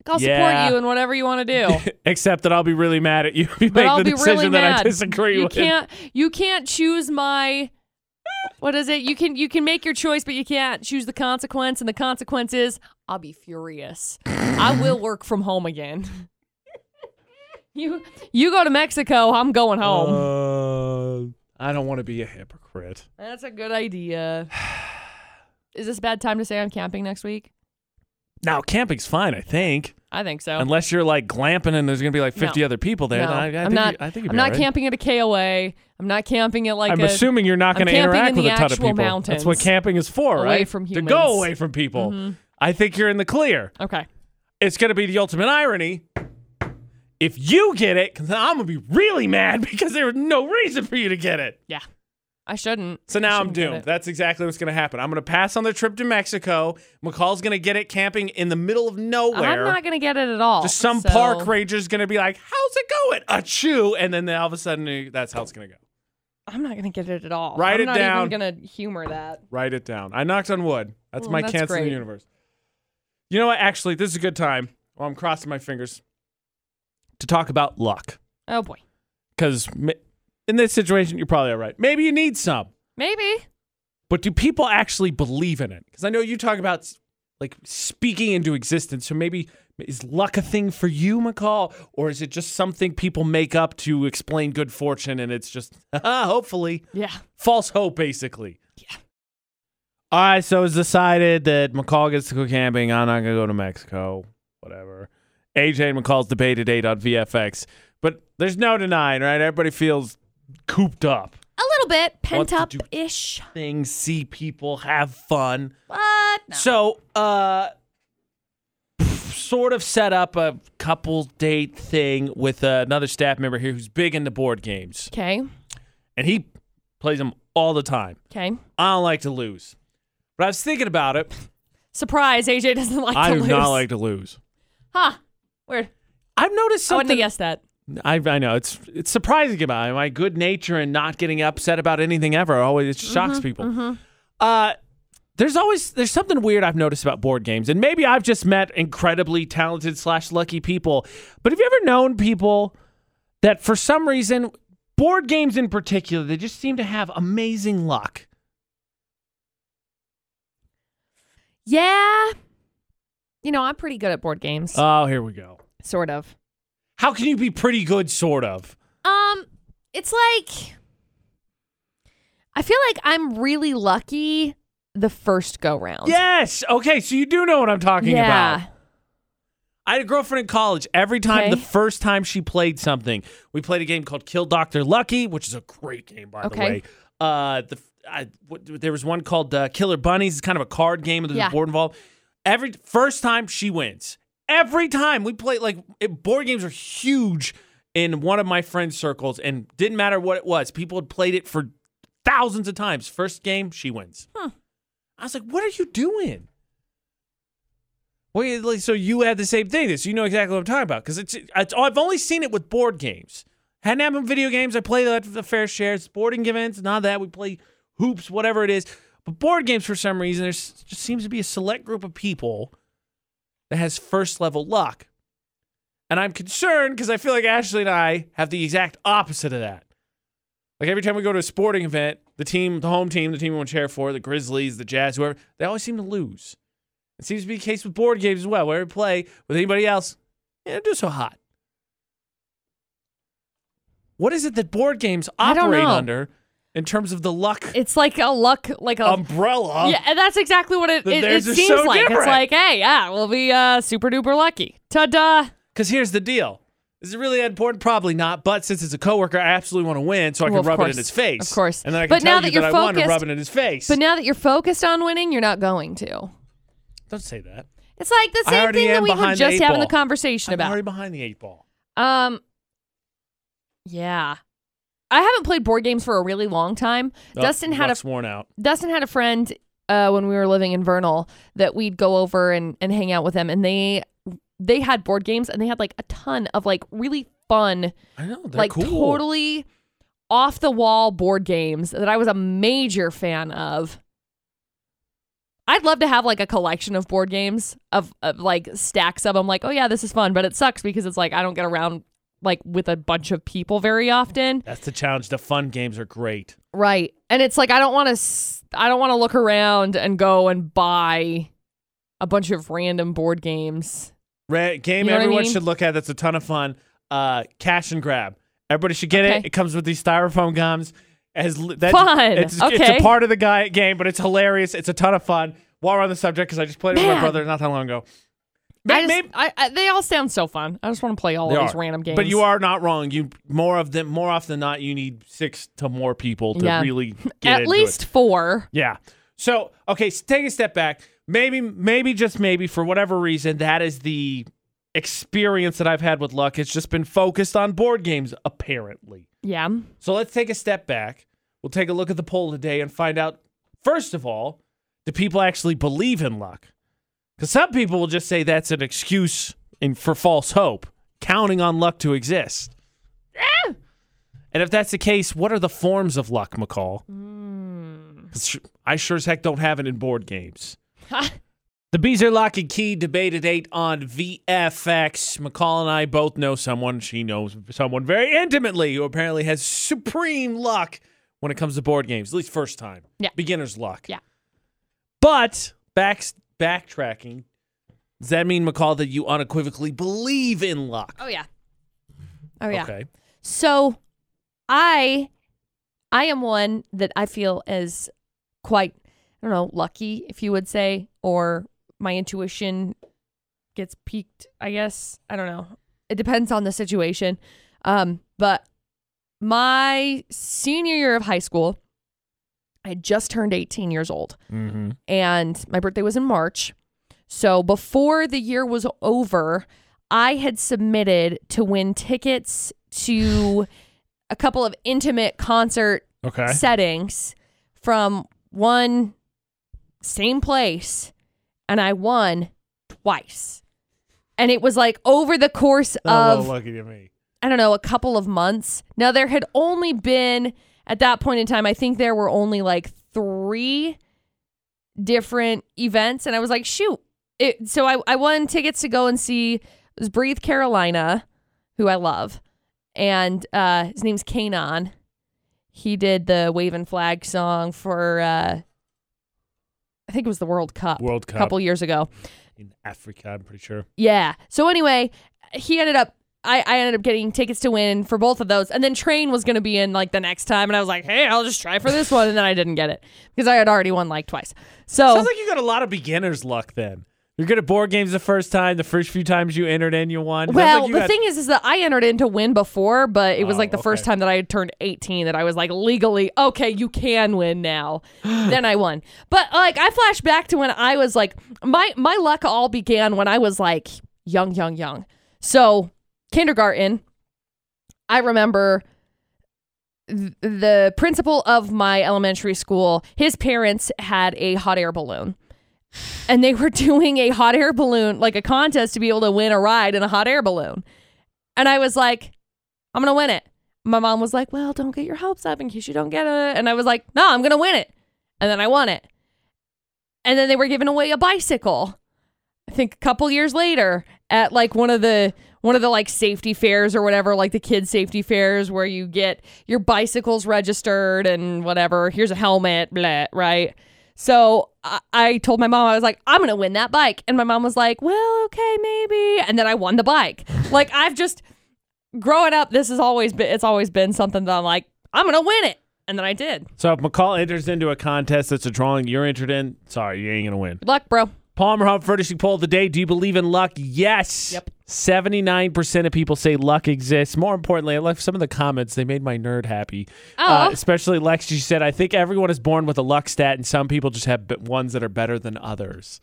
I'll Yeah. support you in whatever you want to do. except that I'll be really mad at you if you but make I'll the be decision really that mad. I disagree you with. can't. You can't choose my. What is it? You can you can make your choice, but you can't choose the consequence. And the consequence is, I'll be furious. I will work from home again. you you go to Mexico. I'm going home. Uh, I don't want to be a hypocrite. That's a good idea. Is this a bad time to say I'm camping next week? Now camping's fine, I think, I think so. unless you're like glamping and there's gonna be like 50 Oh. No. other people there. no, then I, I am think not. You, I think you'd I'm be not all right. camping at a KOA. I'm not camping at like I'm a assuming you're not I'm going to camping interact in with the a ton of actual people. That's what mountains. camping is for, Away right? from To go humans. Mm-hmm. away from people. I think you're in the clear. okay. It's going to be the ultimate irony if you get it, because I'm going to be really mad because there was no reason for you to get it. Yeah, I shouldn't. So now I'm shouldn't get doomed. it. That's exactly what's going to happen. I'm going to pass on the trip to Mexico. McCall's going to get it camping in the middle of nowhere. I'm not gonna get it at all. Just some so- park ranger's gonna be like, "How's it going?" A chew, and then all of a sudden, uh, that's how it's gonna go. I'm not gonna get it at all. Write I'm it not down. Even gonna humor that. Write it down. I knocked on wood. That's Well, my that's cancer in the great. universe. You know what? Actually, this is a good time. Well, I'm crossing my fingers to talk about luck, Oh boy, because in this situation, you're probably all right. Maybe you need some, maybe. but do people actually believe in it? Because I know you talk about s- like speaking into existence. So maybe is luck a thing for you, McCall, or is it just something people make up to explain good fortune? And it's just "Ah, hopefully Yeah. false hope, basically. Yeah. All right. So it's decided that McCall gets to go camping. I'm not gonna go to Mexico. Whatever. AJ and McCall's debate at eight on VFX, but there's no denying, right? Everybody feels cooped up. A little bit Want pent to up do- ish. things, see people, have fun. What? No. So, uh, sort of set up a couple date thing with uh, another staff member here who's big into board games, Okay. and he plays them all the time. Okay. I don't like to lose, but I was thinking about it. Surprise, AJ doesn't like I to do lose. not like to lose. Huh. Weird. I've noticed I wouldn't have something. guessed that. I, I know it's it's surprising about my good nature and not getting upset about anything ever. Always it shocks Mm-hmm, people. Uh, there's always there's something weird I've noticed about board games, and maybe I've just met incredibly talented slash lucky people. But have you ever known people that for some reason, board games in particular, they just seem to have amazing luck? Yeah. You know, I'm pretty good at board games. Oh, here we go. sort of. How can you be pretty good, sort of? Um, it's like I feel like I'm really lucky the first go round. Yes. Okay, so you do know what I'm talking Yeah. about. I had a girlfriend in college. Every time, the Okay. first time she played something, we played a game called Kill Doctor Lucky, which is a great game, by the Okay. way. Uh, the I, w- there was one called uh, Killer Bunnies. It's kind of a card game, and there's Yeah. a board involved. Every first time she wins. Every time we play, like it- board games are huge in one of my friends' circles, and didn't matter what it was. People had played it for thousands of times. First game, she wins. I was like, "What are you doing?" Wait, like, so you had the same thing. This, you know exactly what I'm talking about because it's, it's. I've only seen it with board games. Hadn't happened with video games. I play that the fair share. Sporting events, not that we play hoops, whatever it is. But board games, for some reason, there just seems to be a select group of people that has first level luck, and I'm concerned because I feel like Ashley and I have the exact opposite of that. Like every time we go to a sporting event, the team, the home team, the team we want to cheer for, the Grizzlies, the Jazz, whoever, they always seem to lose. It seems to be the case with board games as well. Where we play with anybody else, yeah, they're so hot. What is it that board games I don't operate know. under in terms of the luck It's like a luck like a umbrella? Yeah, and that's exactly what it, Th- it, it theirs is seems so like. different. It's like, hey, yeah, we'll be uh, super duper lucky. Ta-da. Because here's the deal. Is it really important? Probably not. But since it's a coworker, I absolutely want to win, so I Well, can of rub it in course. his face. Of course. And then I can But tell now that you that you're I want to focused- rub it in his face. But now that you're focused on winning, you're not going to. Don't say that. It's like the I same already thing am that we were behind the just eight having the ball. conversation I'm about. already behind the eight ball. Um, yeah, I haven't played board games for a really long time. Oh, Dustin had a Buck's worn out. Dustin had a friend uh, when we were living in Vernal that we'd go over and, and hang out with them, and they they had board games and they had like a ton of like really fun, I know. They're like cool. totally off the wall board games that I was a major fan of. I'd love to have like a collection of board games of, of like stacks of them. Like, oh yeah, this is fun, but it sucks because it's like I don't get around like with a bunch of people very often. That's the challenge. The fun games are great. Right. And it's like I don't want to I don't want to look around and go and buy a bunch of random board games. Ra- game You know what I everyone mean? should look at. That's a ton of fun. Uh, cash and grab. Everybody should get it. Okay. It comes with these styrofoam gums. As li- that's, Fun. It's, Okay. it's a part of the guy game, but it's hilarious. It's a ton of fun. While we're on the subject, because I just played it with my Man. brother not that long ago. May- I, just, may- I, I they all sound so fun. I just want to play all They of these are. random games. But you are not wrong. You more of them, more often than not, you need six to more people to Yeah. really get at into least It. four. Yeah. So okay, s- take a step back. Maybe, maybe just maybe for whatever reason, that is the experience that I've had with luck. It's just been focused on board games, apparently. Yeah. So let's take a step back. We'll take a look at the poll today and find out, first of all, do people actually believe in luck? Because some people will just say that's an excuse in, for false hope, counting on luck to exist. And if that's the case, what are the forms of luck, McCall? Hmm. 'Cause sh- I sure as heck don't have it in board games. The Beezer Lock and Key debate at 8 on VFX. McCall and I both know someone. She knows someone very intimately who apparently has supreme luck when it comes to board games, at least first time. Yeah. Beginner's luck. Yeah. But back, backtracking, does that mean, McCall, that you unequivocally believe in luck? Oh yeah. Oh yeah. Okay. So I I am one that I feel is quite I don't know, lucky if you would say or my intuition gets peaked, I guess. I don't know. It depends on the situation. Um but my senior year of high school, I had just turned 18 years old Mm-hmm. and my birthday was in March. So before the year was over, I had submitted to win tickets to a couple of intimate concert Okay. settings from one same place and I won twice. And it was like over the course Oh, of lucky to me. I don't know, a couple of months. Now, there had only been, at that point in time, I think there were only like three different events. And I was like, shoot. It, so I, I won tickets to go and see it was Breathe Carolina, who I love. And uh, his name's Kanon. He did the Wave and Flag song for, uh, I think it was the World Cup. World A Cup couple years ago. in Africa, I'm pretty sure. Yeah. So anyway, he ended up. I, I ended up getting tickets to win for both of those. And then Train was going to be in like the next time. And I was like, hey, I'll just try for this one. And then I didn't get it because I had already won like twice. So Sounds like you got a lot of beginner's luck then. You're good at board games the first time, the first few times you entered in, you won. Sounds Well, like you the had- thing is, is that I entered in to win before, but it was Oh, like the first okay. time that I had turned 18 that I was like legally, okay, you can win now. then I won. But like, I flash back to when I was like, my, my luck all began when I was like young, young, young. So kindergarten, I remember th- the principal of my elementary school, his parents had a hot air balloon and they were doing a hot air balloon, like a contest to be able to win a ride in a hot air balloon. And I was like, I'm going to win it. My mom was like, Well, don't get your hopes up in case you don't get it. And I was like, No, I'm going to win it. And then I won it. And then they were giving away a bicycle. I think a couple years later at like one of the one of the like safety fairs or whatever, like the kids safety fairs where you get your bicycles registered and whatever. Here's a helmet, blah, right? So I, I told my mom, I was like, I'm going to win that bike. And my mom was like, well, okay, maybe. And then I won the bike. like, I've just, growing up, this has always been, it's always been something that I'm like, I'm going to win it. And then I did. so if McCall enters into a contest that's a drawing you're entered in, sorry, you ain't gonna win. Good luck, bro. Palmer Home Furnishing poll of the day. Do you believe in luck? Yes. Yep. 79% of people say luck exists. More importantly, I left some of the comments. They made my nerd happy. Uh, Aw. especially Lex. She said, I think everyone is born with a luck stat, and some people just have b- ones that are better than others.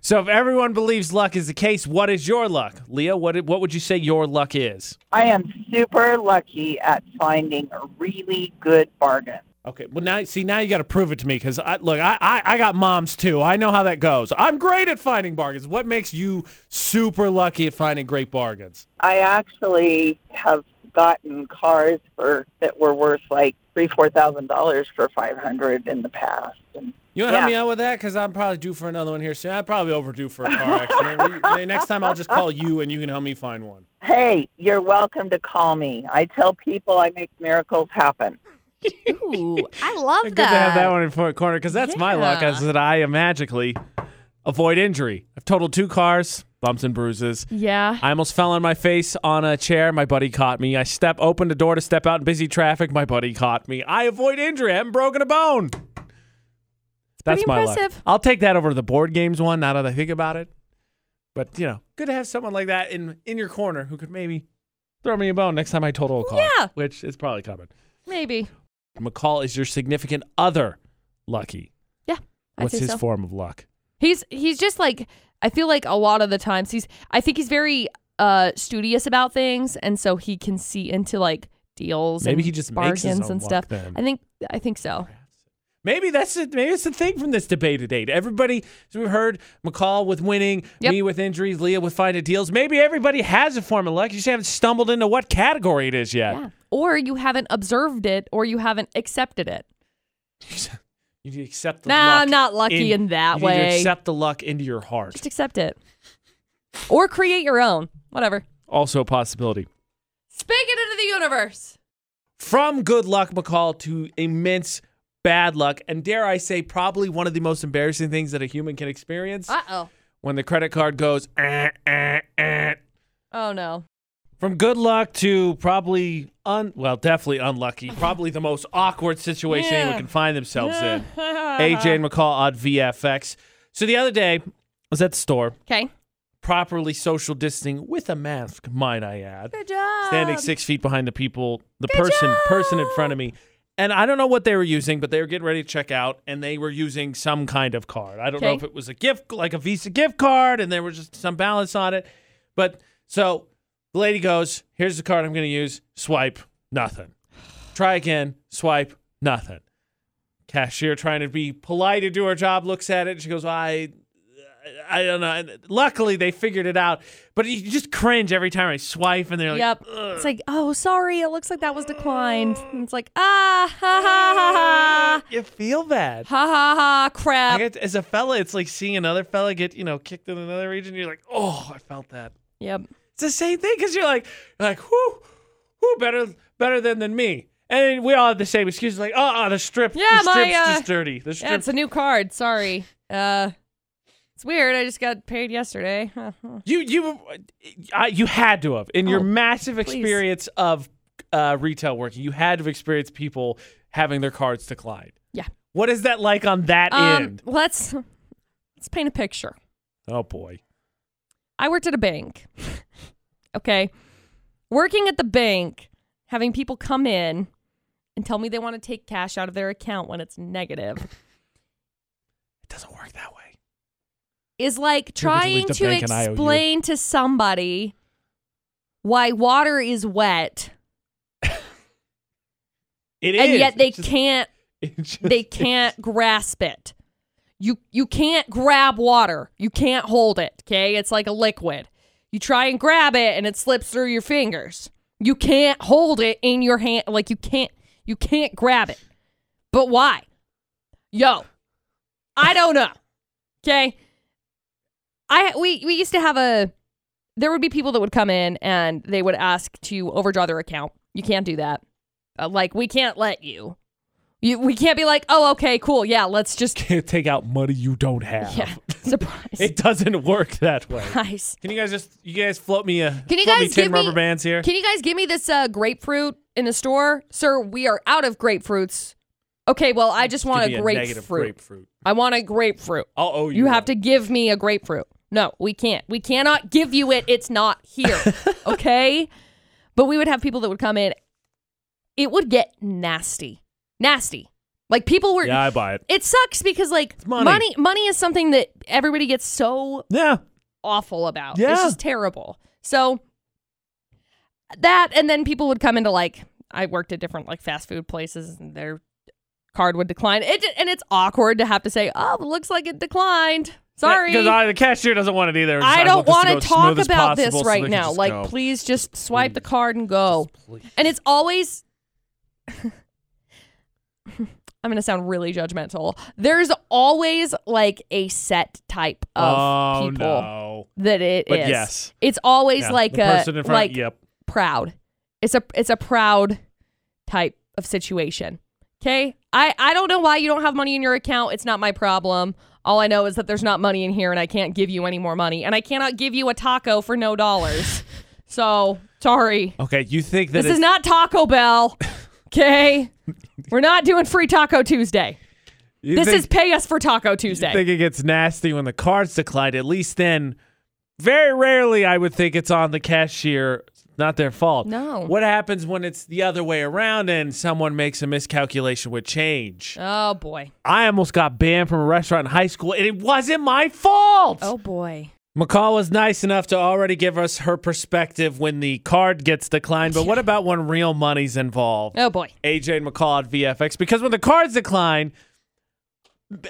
So if everyone believes luck is the case, what is your luck? Leah, what, what would you say your luck is? I am super lucky at finding a really good bargain. Okay. Well, now see, now you got to prove it to me because I look, I, I I got moms too. I know how that goes. I'm great at finding bargains. What makes you super lucky at finding great bargains? I actually have gotten cars for that were worth like three, four thousand dollars for five hundred in the past. And You want to Yeah. help me out with that? Because I'm probably due for another one here soon. I'm probably overdue for a car accident. We- Next time I'll just call you and you can help me find one. hey, you're welcome to call me. I tell people I make miracles happen. Ooh, I love Good that. to have that one in front corner because that's my luck. Yeah. Is that I magically avoid injury. I've totaled two cars, bumps and bruises. Yeah. I almost fell on my face on a chair. My buddy caught me. I step opened a door to step out in busy traffic. My buddy caught me. I avoid injury. I haven't broken a bone. That's pretty my luck. impressive. I'll take that over to the board games one. Now that I think about it, but you know, good to have someone like that in in your corner who could maybe throw me a bone next time I total a car. Yeah. which is probably coming. Maybe. McCall is your significant other. Lucky. Yeah. I'd What's say his so. form of luck? He's he's just like I feel like a lot of the times he's I think he's very uh studious about things and so he can see into like deals Maybe and he just makes bargains his own and luck stuff. then. I think I think so. Maybe that's it. Maybe it's the thing from this debate today. Everybody, as we heard, McCall with winning, Yep. me with injuries, Leah with finding deals. Maybe everybody has a form of luck. You just haven't stumbled into what category it is yet. Yeah. Or you haven't observed it or you haven't accepted it. You need to accept the Nah, luck. I'm not lucky in that you Need to way. accept the luck into your heart. Just accept it. Or create your own. Whatever. Also a possibility. Speak it into the universe. From good luck, McCall, to immense bad luck, and dare I say, probably one of the most embarrassing things that a human can experience Uh-oh. when the credit card goes. "Eh, eh, eh." Oh no. From good luck to probably un well, definitely unlucky, probably the most awkward situation anyone can find themselves in. AJ and McCall on VFX. So the other day, I was at the store. Okay. properly social distancing with a mask, might I add. Good job. Standing six feet behind the people, the person, person in front of me. And I don't know what they were using, but they were getting ready to check out, and they were using some kind of card. I don't know Okay. if it was a gift, like a Visa gift card, and there was just some balance on it. But so the lady goes, "Here's the card I'm going to use. Swipe, nothing. Try again. Swipe, nothing." Cashier trying to be polite and do her job looks at it. And she goes, "I I don't know. And Luckily, they figured it out. But you just cringe every time I swipe, and they're like, yep. "Ugh." It's like, oh, sorry. It looks like that was declined. And it's like, ah, ha, ha, ha, ha. you feel bad. Ha, ha, ha, crap. Like, it's- as a fella, it's like seeing another fella get you know kicked in another region. You're like, oh, I felt that. Yep. It's the same thing because you're like, you're like, whoo, whoo, better, better than than me. And we all have the same excuses, like, oh, oh the strip, Yeah, the my, strip's uh, just dirty. The Yeah, strip. it's a new card. Sorry. Uh, it's weird. I just got paid yesterday. you, you, I, you had to have in your Oh, massive please. experience of uh, retail working, you had to experience people having their cards declined. Yeah. What is that like on that um, end? let's let's paint a picture. Oh boy. I worked at a bank. okay. Working at the bank, having people come in and tell me they want to take cash out of their account when it's negative It doesn't work that way. is like Typically trying the to bank and IOU. explain to somebody why water is wet It is. and yet they It's just- can't it just- they can't grasp it. You you can't grab water. You can't hold it, okay? It's like a liquid. You try and grab it and it slips through your fingers. You can't hold it in your hand like you can't you can't grab it. But why? Yo. I don't know. Okay? I we we used to have a there would be people that would come in and they would ask to overdraw their account. You can't do that. Uh, like we can't let you. You, we can't be like, oh, okay, cool, yeah, let's just, can't take out money you don't have. yeah, surprise, It doesn't work that way. surprise. Can you guys just you guys float me a Can you float me guys tin give me- rubber bands here? Can you guys give me this uh, grapefruit in the store, sir? We are out of grapefruits. Okay, well, I just want Give me a negative grapefruit. grapefruit. I want a grapefruit. I'll owe you. You have to give me a grapefruit. No, we can't. We cannot give you it. It's not here. okay? But we would have people that would come in. It would get nasty. Nasty. Like people were Yeah, I buy it. it sucks because like money. money money is something that everybody gets so Yeah. awful about. Yeah. It's just terrible. So that and then people would come into like I worked at different like fast food places and their card would decline. It ju- and it's awkward to have to say, "Oh, looks like it declined." Sorry. Because I- the cashier doesn't want it either. Just, I don't want want this to go as to talk smooth as about this possible so they right can now. just Like, go. please just swipe the card and go. Please. And it's always. I'm going to sound really judgmental. There's always like a set type of oh, people no. that it is. But yes. It's always Yeah, like the a person in front, like yep. proud. It's a it's a proud type of situation. Okay? I I don't know why you don't have money in your account. It's not my problem. All I know is that there's not money in here and I can't give you any more money and I cannot give you a taco for no dollars. so, sorry. Okay, you think that This it's, is not Taco Bell. Okay? We're not doing free Taco Tuesday. you This think- is pay us for Taco Tuesday. think it gets nasty when the cards declined. At least then, very rarely I would think it's on the cashier. It's not their fault. No. What happens when it's the other way around and someone makes a miscalculation with change? oh boy. I almost got banned from a restaurant in high school, and it wasn't my fault. Oh boy. McCall was nice enough to already give us her perspective when the card gets declined. But what about when real money's involved? Oh boy. AJ and McCall at VFX because when the cards decline,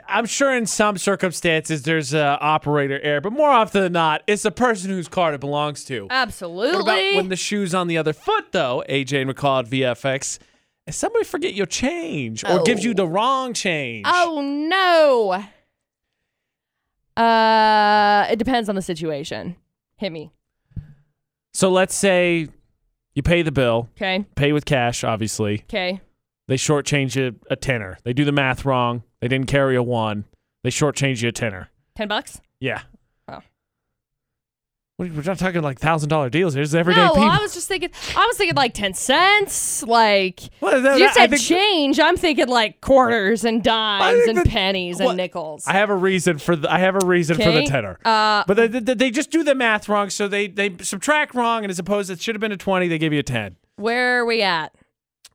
I'm sure in some circumstances there's a operator error, but more often than not, it's the person whose card it belongs to. Absolutely. What about when the shoe's on the other foot, though? AJ and McCall at VFX. If somebody forget your change or gives you the wrong change, Oh no. Uh, it depends on the situation. Hit me, so let's say you pay the bill, okay? pay with cash, obviously. Okay. They shortchange you a tenner. They do the math wrong. They didn't carry a one. They shortchange you a tenner. Ten bucks. Yeah. Wow. We're we're not talking like thousand dollar deals. here. This is everyday no, people. well, I was just thinking. I was thinking like ten cents. Like Well, that- you I said think- change. I'm thinking like quarters and dimes think and that- pennies well, and nickels. I have a reason for the, I have a reason for the Okay, tenor. uh, but they, they, they just do the math wrong, so they they subtract wrong, and as opposed it should have been a twenty, they give you a ten. Where are we at?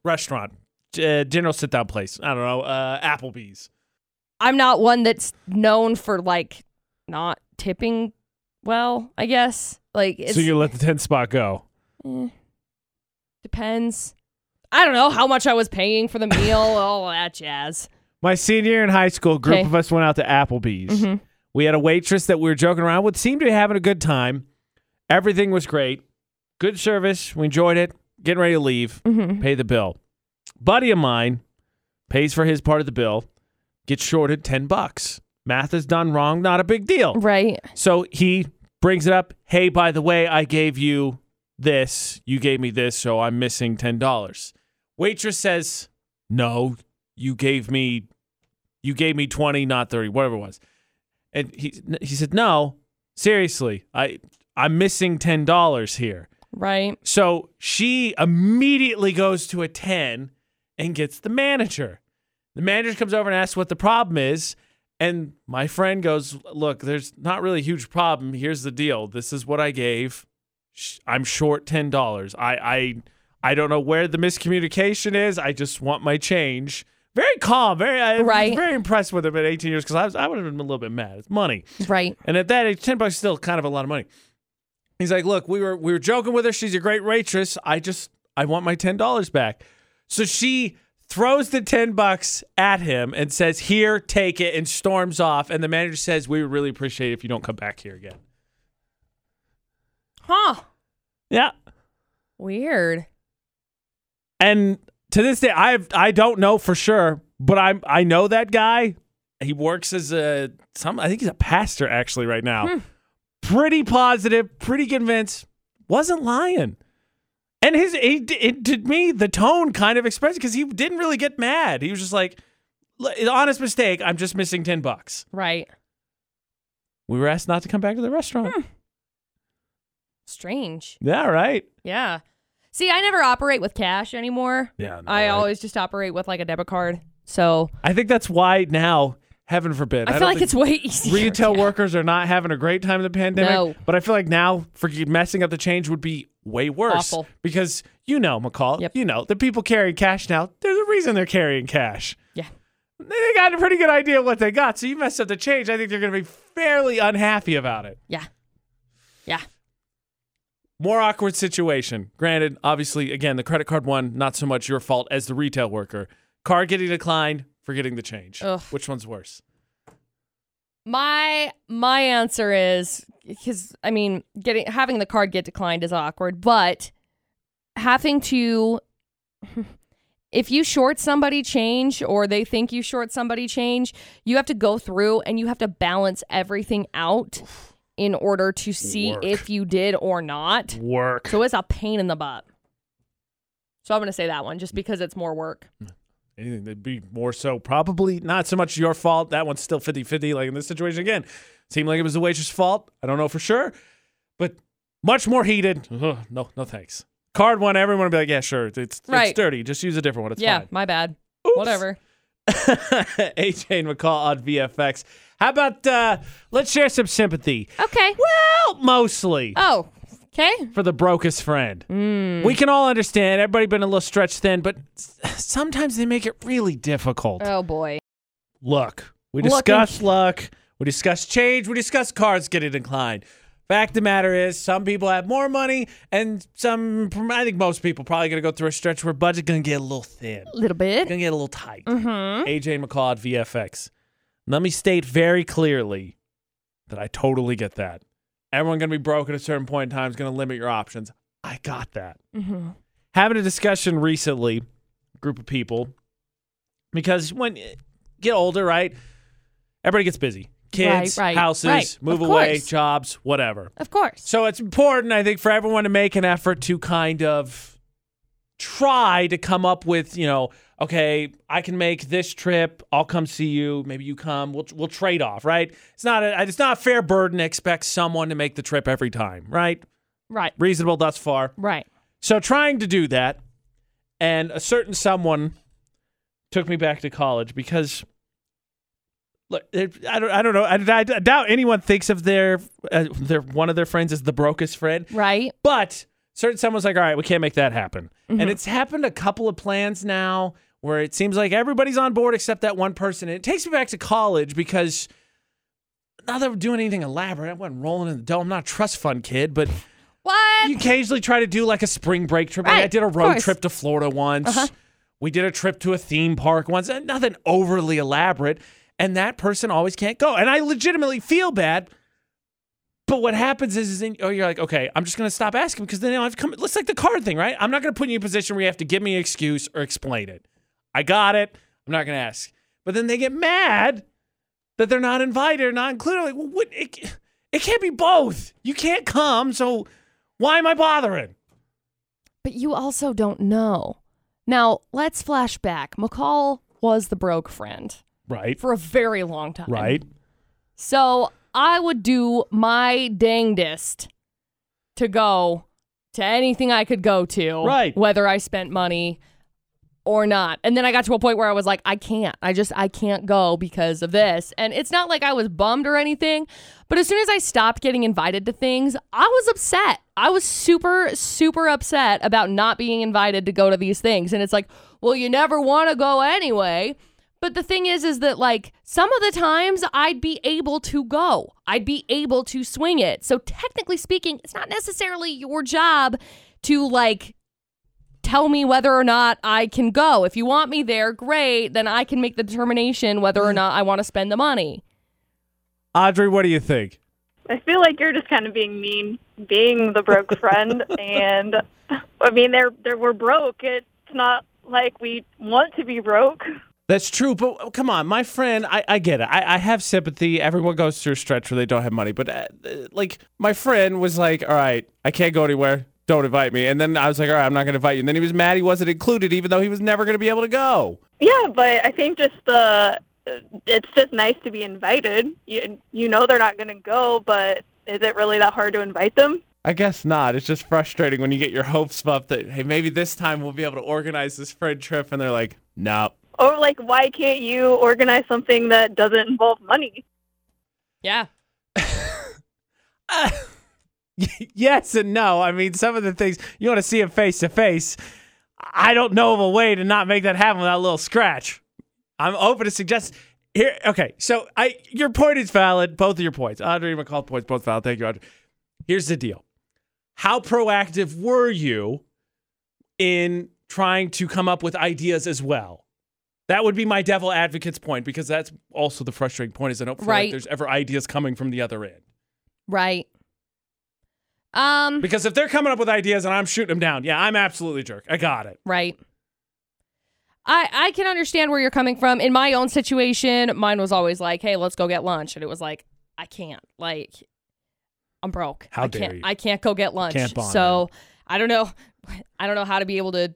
Restaurant, uh, general sit down place. I don't know, uh, Applebee's. I'm not one that's known for like not tipping well. I guess like it's, so you let the ten spot go. depends. I don't know how much I was paying for the meal, all that jazz. My senior year in high school, a group Okay. of us went out to Applebee's. We had a waitress that we were joking around with, seemed to be having a good time. Everything was great. Good service. We enjoyed it. Getting ready to leave, pay the bill. Buddy of mine pays for his part of the bill, gets shorted 10 bucks. Math is done wrong, not a big deal. Right. So he brings it up. Hey, by the way, I gave you this. You gave me this, so I'm missing $10. Waitress says, "No, you gave me you gave me 20, not 30, whatever it was." And he he said, "No, seriously. I I'm missing $10 here." Right. So she immediately goes to a 10 and gets the manager. The manager comes over and asks what the problem is. And my friend goes, Look, there's not really a huge problem. Here's the deal. This is what I gave. Sh- I'm short $10. I, I, I don't know where the miscommunication is. I just want my change. Very calm. Very, I was Right. very impressed with him at 18 years because I, was- I would have been a little bit mad. It's money. Right. And at that age, ten bucks is still kind of a lot of money. He's like, look, we were we were joking with her. She's a great waitress. I just I want my ten dollars back. So she throws the ten bucks at him and says, Here, take it, and storms off. And the manager says, We would really appreciate it if you don't come back here again. Huh. Yeah. Weird. And to this day, I I don't know for sure, but I'm I know that guy. He works as a some I think he's a pastor actually right now. Hmm. Pretty positive, pretty convinced. Wasn't lying. And his he, d- it, to me the tone kind of expressed because he didn't really get mad. He was just like, "Look, honest mistake. I'm just missing ten bucks. Right. We were asked not to come back to the restaurant. Hmm. Strange. Yeah, right. Yeah. See, I never operate with cash anymore. Yeah, I always just operate with like a debit card. So I think that's why now, heaven forbid, I, don't feel like think- it's way easier. retail Yeah. workers are not having a great time in the pandemic. No. But I feel like now for messing up the change would be way worse. Awful. Because you know, McCall, Yep. you know, the people carrying cash now, there's a reason they're carrying cash. Yeah. They- They got a pretty good idea of what they got. So you mess up the change, I think they're going to be fairly unhappy about it. Yeah. Yeah. More awkward situation. Granted, obviously, again, the credit card one, not so much your fault as the retail worker. Card getting declined, forgetting the change. Ugh. Which one's worse? My my answer is because I mean, getting having the card get declined is awkward, but having to if you short somebody change or they think you short somebody change, you have to go through and you have to balance everything out in order to see Work. if you did or not. Work. So it's a pain in the butt. So I'm gonna say that one Mm. just because it's more work. anything that'd be more so probably not so much your fault that one's still 50-50 like in this situation again seemed like it was the waitress fault i don't know for sure but much more heated Ugh, Uh-huh. no no thanks card one everyone would be like yeah sure it's, it's Right. dirty just use a different one it's yeah, fine my bad. Oops. Whatever. aj and mccall on vfx how about uh let's share some sympathy Okay. well mostly Oh, okay. for the brokest friend. Hmm. We can all understand. Everybody been a little stretched thin, but s- sometimes they make it really difficult. Oh boy. luck. We Luck and- discussed luck. We discussed change. We discussed cards getting declined. Fact of the matter is, some people have more money, and some, I think most people probably going to go through a stretch where budget going to get a little thin, little bit. going to get a little tight. Mm-hmm. AJ McCall at VFX. Let me state very clearly that I totally get that. Everyone going to be broke at a certain point in time is going to limit your options. I got that Mm-hmm. having a discussion recently, group of people, because when you get older, right? Everybody gets busy. Kids, Right, right, houses, right. move Of away, course. jobs, whatever. Of course. So it's important, I think, for everyone to make an effort to kind of try to come up with, you know, okay, I can make this trip. I'll come see you. Maybe you come. We'll we'll trade off, right? It's not a, it's not a fair burden to expect someone to make the trip every time, right? Right. Reasonable thus far. Right. So trying to do that, and a certain someone took me back to college because look, it- I don't, I don't know, I, I doubt anyone thinks of their uh, their one of their friends as the brokest friend, Right. but certain someone's like, all right, we can't make that happen, and it's happened a couple of plans now where it seems like everybody's on board except that one person, and it takes me back to college because. Not that we're doing anything elaborate. I wasn't rolling in the dough. I'm not a trust fund kid, but What? you occasionally try to do like a spring break trip. Like, Right, I did a of road course. Uh-huh. trip to Florida once. We did a trip to a theme park once. and Nothing overly elaborate. And that person always can't go. And I legitimately feel bad. But what happens is, is in, oh, you're like, okay, I'm just gonna stop asking because then I've come. Let's like the card thing, right? I'm not gonna put you in a position where you have to give me an excuse or explain it. I got it. I'm not gonna ask. But then they get mad that they're not invited or not included. Like, well, what? It, it can't be both. You can't come, so why am I bothering? But you also don't know. Now, let's flash back. McCall was the broke friend Right. for a very long time. So I would do my dangdest to go to anything I could go to, Right. Whether I spent money or not. And then I got to a point where I was like, I can't. I just I can't go because of this. And it's not like I was bummed or anything, but as soon as I stopped getting invited to things, I was upset. I was super super upset about not being invited to go to these things. And it's like, well, you never want to go anyway. But the thing is, is that like some of the times I'd be able to go, I'd be able to swing it. So technically speaking, it's not necessarily your job to like tell me whether or not I can go. If you want me there, great. Then I can make the determination whether or not I want to spend the money. Audrey, what do you think? I feel like you're just kind of being mean, being the broke friend, and I mean, they're, they're we're broke. It's not like we want to be broke. That's true, but oh, come on, my friend, I, I get it. I, I have sympathy. Everyone goes through a stretch where they don't have money, but uh, uh, like my friend was like, all right, I can't go anywhere. Don't invite me. And then I was like, all right, I'm not going to invite you. And then he was mad he wasn't included, even though he was never going to be able to go. Yeah, but I think just the it's just nice to be invited. You you know they're not going to go, but is it really that hard to invite them? I guess not. It's just frustrating when you get your hopes up that, hey, maybe this time we'll be able to organize this friend trip. And they're like, nope. Or like, why can't you organize something that doesn't involve money? Yeah. Uh, yes and no. I mean, some of the things you want to see him face to face. I don't know of a way to not make that happen without a little scratch. I'm open to suggest here. Okay, so I your point is valid. Both of your points, Audrey and McCall points both valid. Thank you, Audrey. Here's the deal: How proactive were you in trying to come up with ideas as well? That would be my devil advocate's point because that's also the frustrating point is I don't feel like Right. there's ever ideas coming from the other end. Right. Um. Because if they're coming up with ideas and I'm shooting them down, yeah, I'm absolutely a jerk. I got it. Right. I I can understand where you're coming from. In my own situation, mine was always like, "Hey, let's go get lunch," and it was like, "I can't. Like, I'm broke. How I dare can't. you. I can't go get lunch." Can't bond, so I don't know. I don't know how to be able to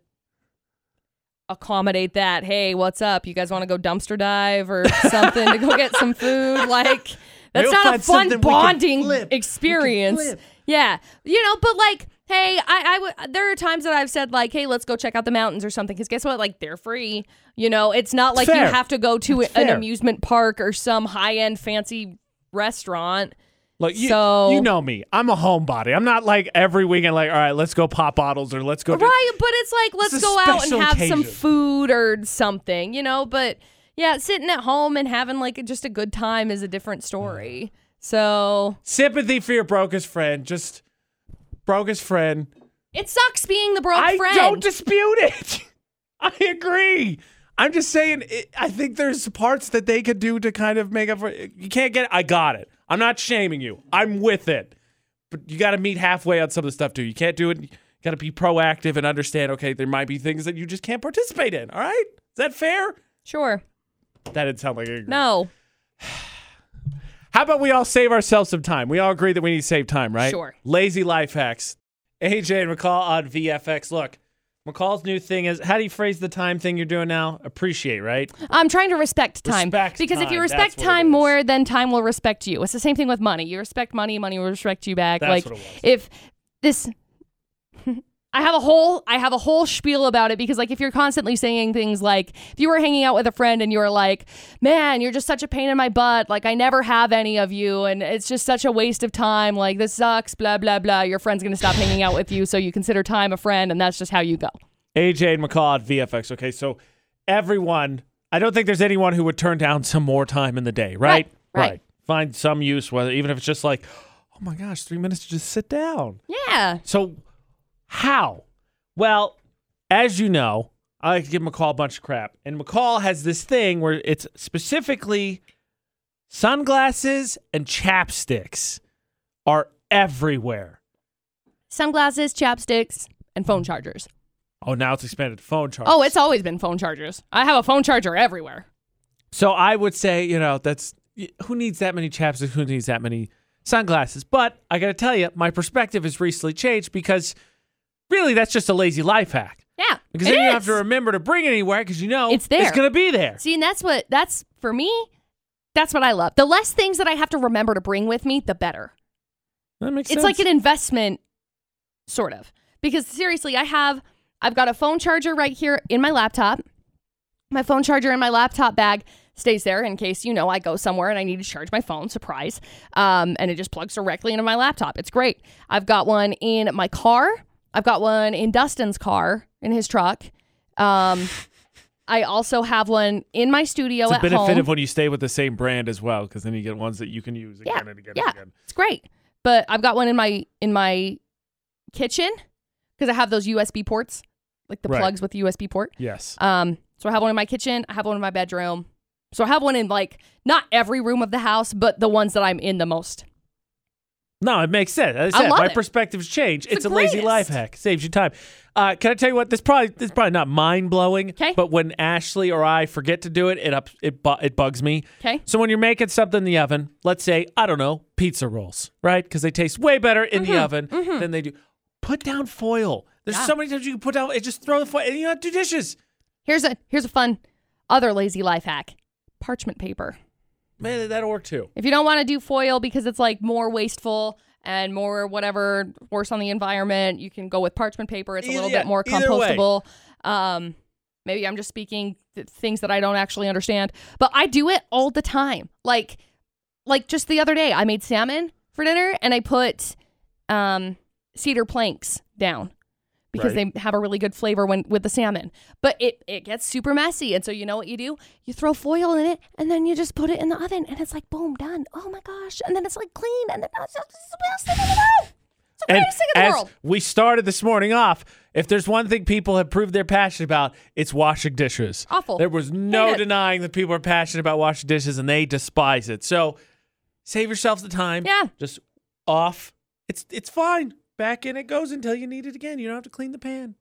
accommodate that. Hey, what's up? You guys want to go dumpster dive or something to go get some food? Like, that's We'll not a find something we can fun bonding flip. We can experience. flip. Yeah, you know, but like, hey, I, I w- there are times that I've said like, hey, let's go check out the mountains or something. Because guess what? Like, they're free. You know, it's not like Fair. you have to go to That's an fair. amusement park or some high end fancy restaurant. Look, you, So- you know me. I'm a homebody. I'm not like every weekend, like, all right, let's go pop bottles or let's go. do-" Right, but it's like let's It's a go out special and have occasion. some food or something, you know. But yeah, sitting at home and having like just a good time is a different story. So Sympathy for your brokest friend. Just brokest friend. it sucks being the broke I friend. don't dispute it. I agree. I'm just saying, it, I think there's parts that they could do to kind of make up for You can't get I got it. I'm not shaming you. I'm with it. But you got to meet halfway on some of the stuff, too. You can't do it. You got to be proactive and understand, okay, there might be things that you just can't participate in. All right? Is that fair? sure, That didn't sound like a no, How about we all save ourselves some time? We all agree that we need to save time, right? Sure. Lazy life hacks. AJ and McCall on VFX. Look, McCall's new thing is how do you phrase the time thing you're doing now? Appreciate, right? I'm trying to respect time. Respect because if you time, respect that's what it time is. more, then time will respect you. It's the same thing with money. You respect money, money will respect you back. That's like what it was. if this I have a whole I have a whole spiel about it because like if you're constantly saying things like if you were hanging out with a friend and you were like, "Man, you're just such a pain in my butt. Like I never have any of you and it's just such a waste of time. Like this sucks, blah blah blah." Your friend's going to stop hanging out with you, so you consider time a friend and that's just how you go. AJ and McCall at VFX. Okay, so everyone, I don't think there's anyone who would turn down some more time in the day, right? right. Find some use, whether even if it's just like, oh my gosh, three minutes to just sit down. Yeah. So how? Well, as you know, I like to give McCall a bunch of crap, and McCall has this thing where it's specifically sunglasses and chapsticks are everywhere. sunglasses, chapsticks, and phone chargers. Oh, now it's expanded phone charge. Oh, it's always been phone chargers. I have a phone charger everywhere. So I would say, you know, that's who needs that many chapsticks? Who needs that many sunglasses? But I got to tell you, my perspective has recently changed because really that's just a lazy life hack. Yeah. Because it then you is. have to remember to bring it anywhere because you know It's there. It's going to be there. See, and that's what that's for me. That's what I love. The less things that I have to remember to bring with me, the better. That makes It's sense. like an investment, sort of. Because seriously, I have I've got a phone charger right here in my laptop. My phone charger in my laptop bag stays there in case you know I go somewhere and I need to charge my phone. Surprise! Um, and it just plugs directly into my laptop. It's great. I've got one in my car. I've got one in Dustin's car in his truck. Um, I also have one in my studio It's a at benefit home. of when you stay with the same brand as well, because then you get ones that you can use again and again yeah, and again. it's great. But I've got one in my in my kitchen because I have those USB ports, like the Right. plugs with the USB port. Yes. Um, so I have one in my kitchen. I have one in my bedroom. So I have one in like not every room of the house, but the ones that I'm in the most. No, it makes sense. As I I said, love my it. perspective's changed. It's, It's the a lazy greatest. life hack. Saves you time. Uh, can I tell you what? This probably this is probably not mind blowing. 'Kay. But when Ashley or I forget to do it, it up it bu- it bugs me. 'Kay. So when you're making something in the oven, let's say I don't know pizza rolls, right? Because they taste way better in the oven than they do. Put down foil. There's Mm-hmm. Yeah. so many times you can put down. It just throw the foil. And you don't have to do dishes. Here's a here's a fun other lazy life hack: parchment paper. Man, that'll work too. If you don't want to do foil because it's like more wasteful and more whatever, worse on the environment, you can go with parchment paper. It's a Either- little yeah, bit more either way. compostable. Um, maybe I'm just speaking th- things that I don't actually understand, but I do it all the time. Like, like just the other day, I made salmon for dinner and I put um, cedar planks down because they have a really good flavor when with the salmon. But it it gets super messy, and so you know what you do? You throw foil in it, and then you just put it in the oven, and it's like boom, done. Oh my gosh! And then it's like clean, and then it's just it's the best thing in the world. It's the And greatest thing in the as world. we started this morning off, if there's one thing people have proved they're passionate about, it's washing dishes. Awful. There was no Hate it. denying that people are passionate about washing dishes and they despise it. So save yourselves the time. Yeah. Just off. It's it's fine. Back in it goes until you need it again. You don't have to clean the pan.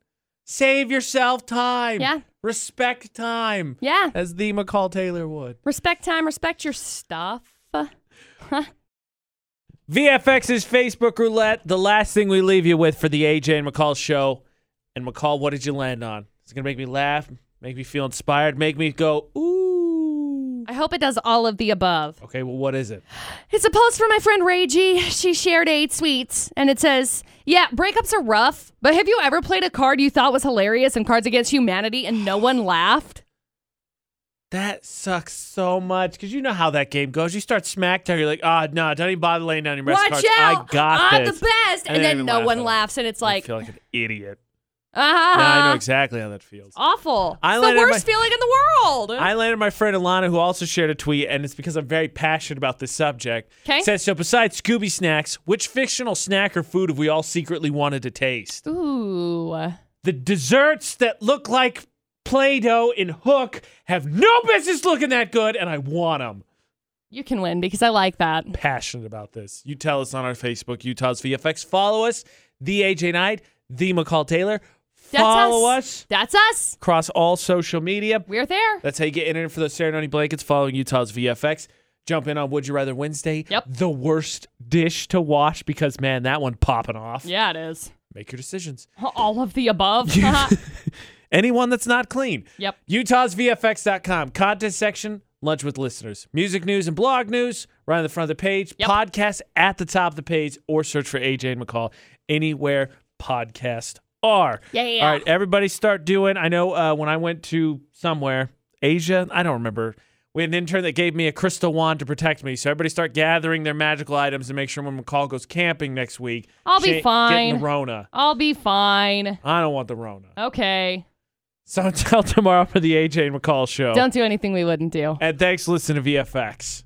Save yourself time. Yeah. Respect time. Yeah. As the McCall Taylor would. Respect time. Respect your stuff. VFX's Facebook roulette. The last thing we leave you with for the AJ and McCall show. And McCall, what did you land on? It's gonna make me laugh, make me feel inspired, make me go ooh. I hope it does all of the above. Okay, well, what is it? It's a post from my friend Ragey. She shared eight sweets, and it says, "Yeah, breakups are rough, but have you ever played a card you thought was hilarious in Cards Against Humanity and no one laughed?" That sucks so much because you know how that game goes. You start smack talk, you're like, ah, no, don't even bother laying down your rest Watch cards. out! I got I'm this. the best, And and, they then even no laugh at one it. laughs, and it's I like, feel like an idiot. ah, Now I know exactly how that feels. awful. I it's the landed my- worst feeling in the world. I landed my friend Alana, who also shared a tweet, and it's because I'm very passionate about this subject. 'Kay. Says so. Besides Scooby snacks, which fictional snack or food have we all secretly wanted to taste? Ooh, The desserts that look like Play-Doh in Hook have no business looking that good, and I want them. you can win because I like that. Passionate about this. You tell us on our Facebook, Utah's VFX. Follow us, the AJ Knight, the McCall Taylor. That's Follow us. us That's us. across all social media. We're there. That's how you get entered for those ceremony blankets following Utah's VFX. Jump in on Would You Rather Wednesday. Yep. The worst dish to wash because, man, that one popping off. yeah, it is. Make your decisions. All of the above. Anyone that's not clean. Yep. Utah's VFX.com. Contest section, lunch with listeners. Music news and blog news right on the front of the page. Yep. Podcast at the top of the page or search for AJ and McCall anywhere podcast are. Yeah. All right, everybody start doing. I know uh, when I went to somewhere, Asia, I don't remember. We had an intern that gave me a crystal wand to protect me. So everybody start gathering their magical items and make sure when McCall goes camping next week, I'll be she ain't Getting fine. the Rona. I'll be fine. I don't want the Rona. Okay. So until tomorrow for the AJ and McCall show. Don't do anything we wouldn't do. And thanks, for listening to VFX.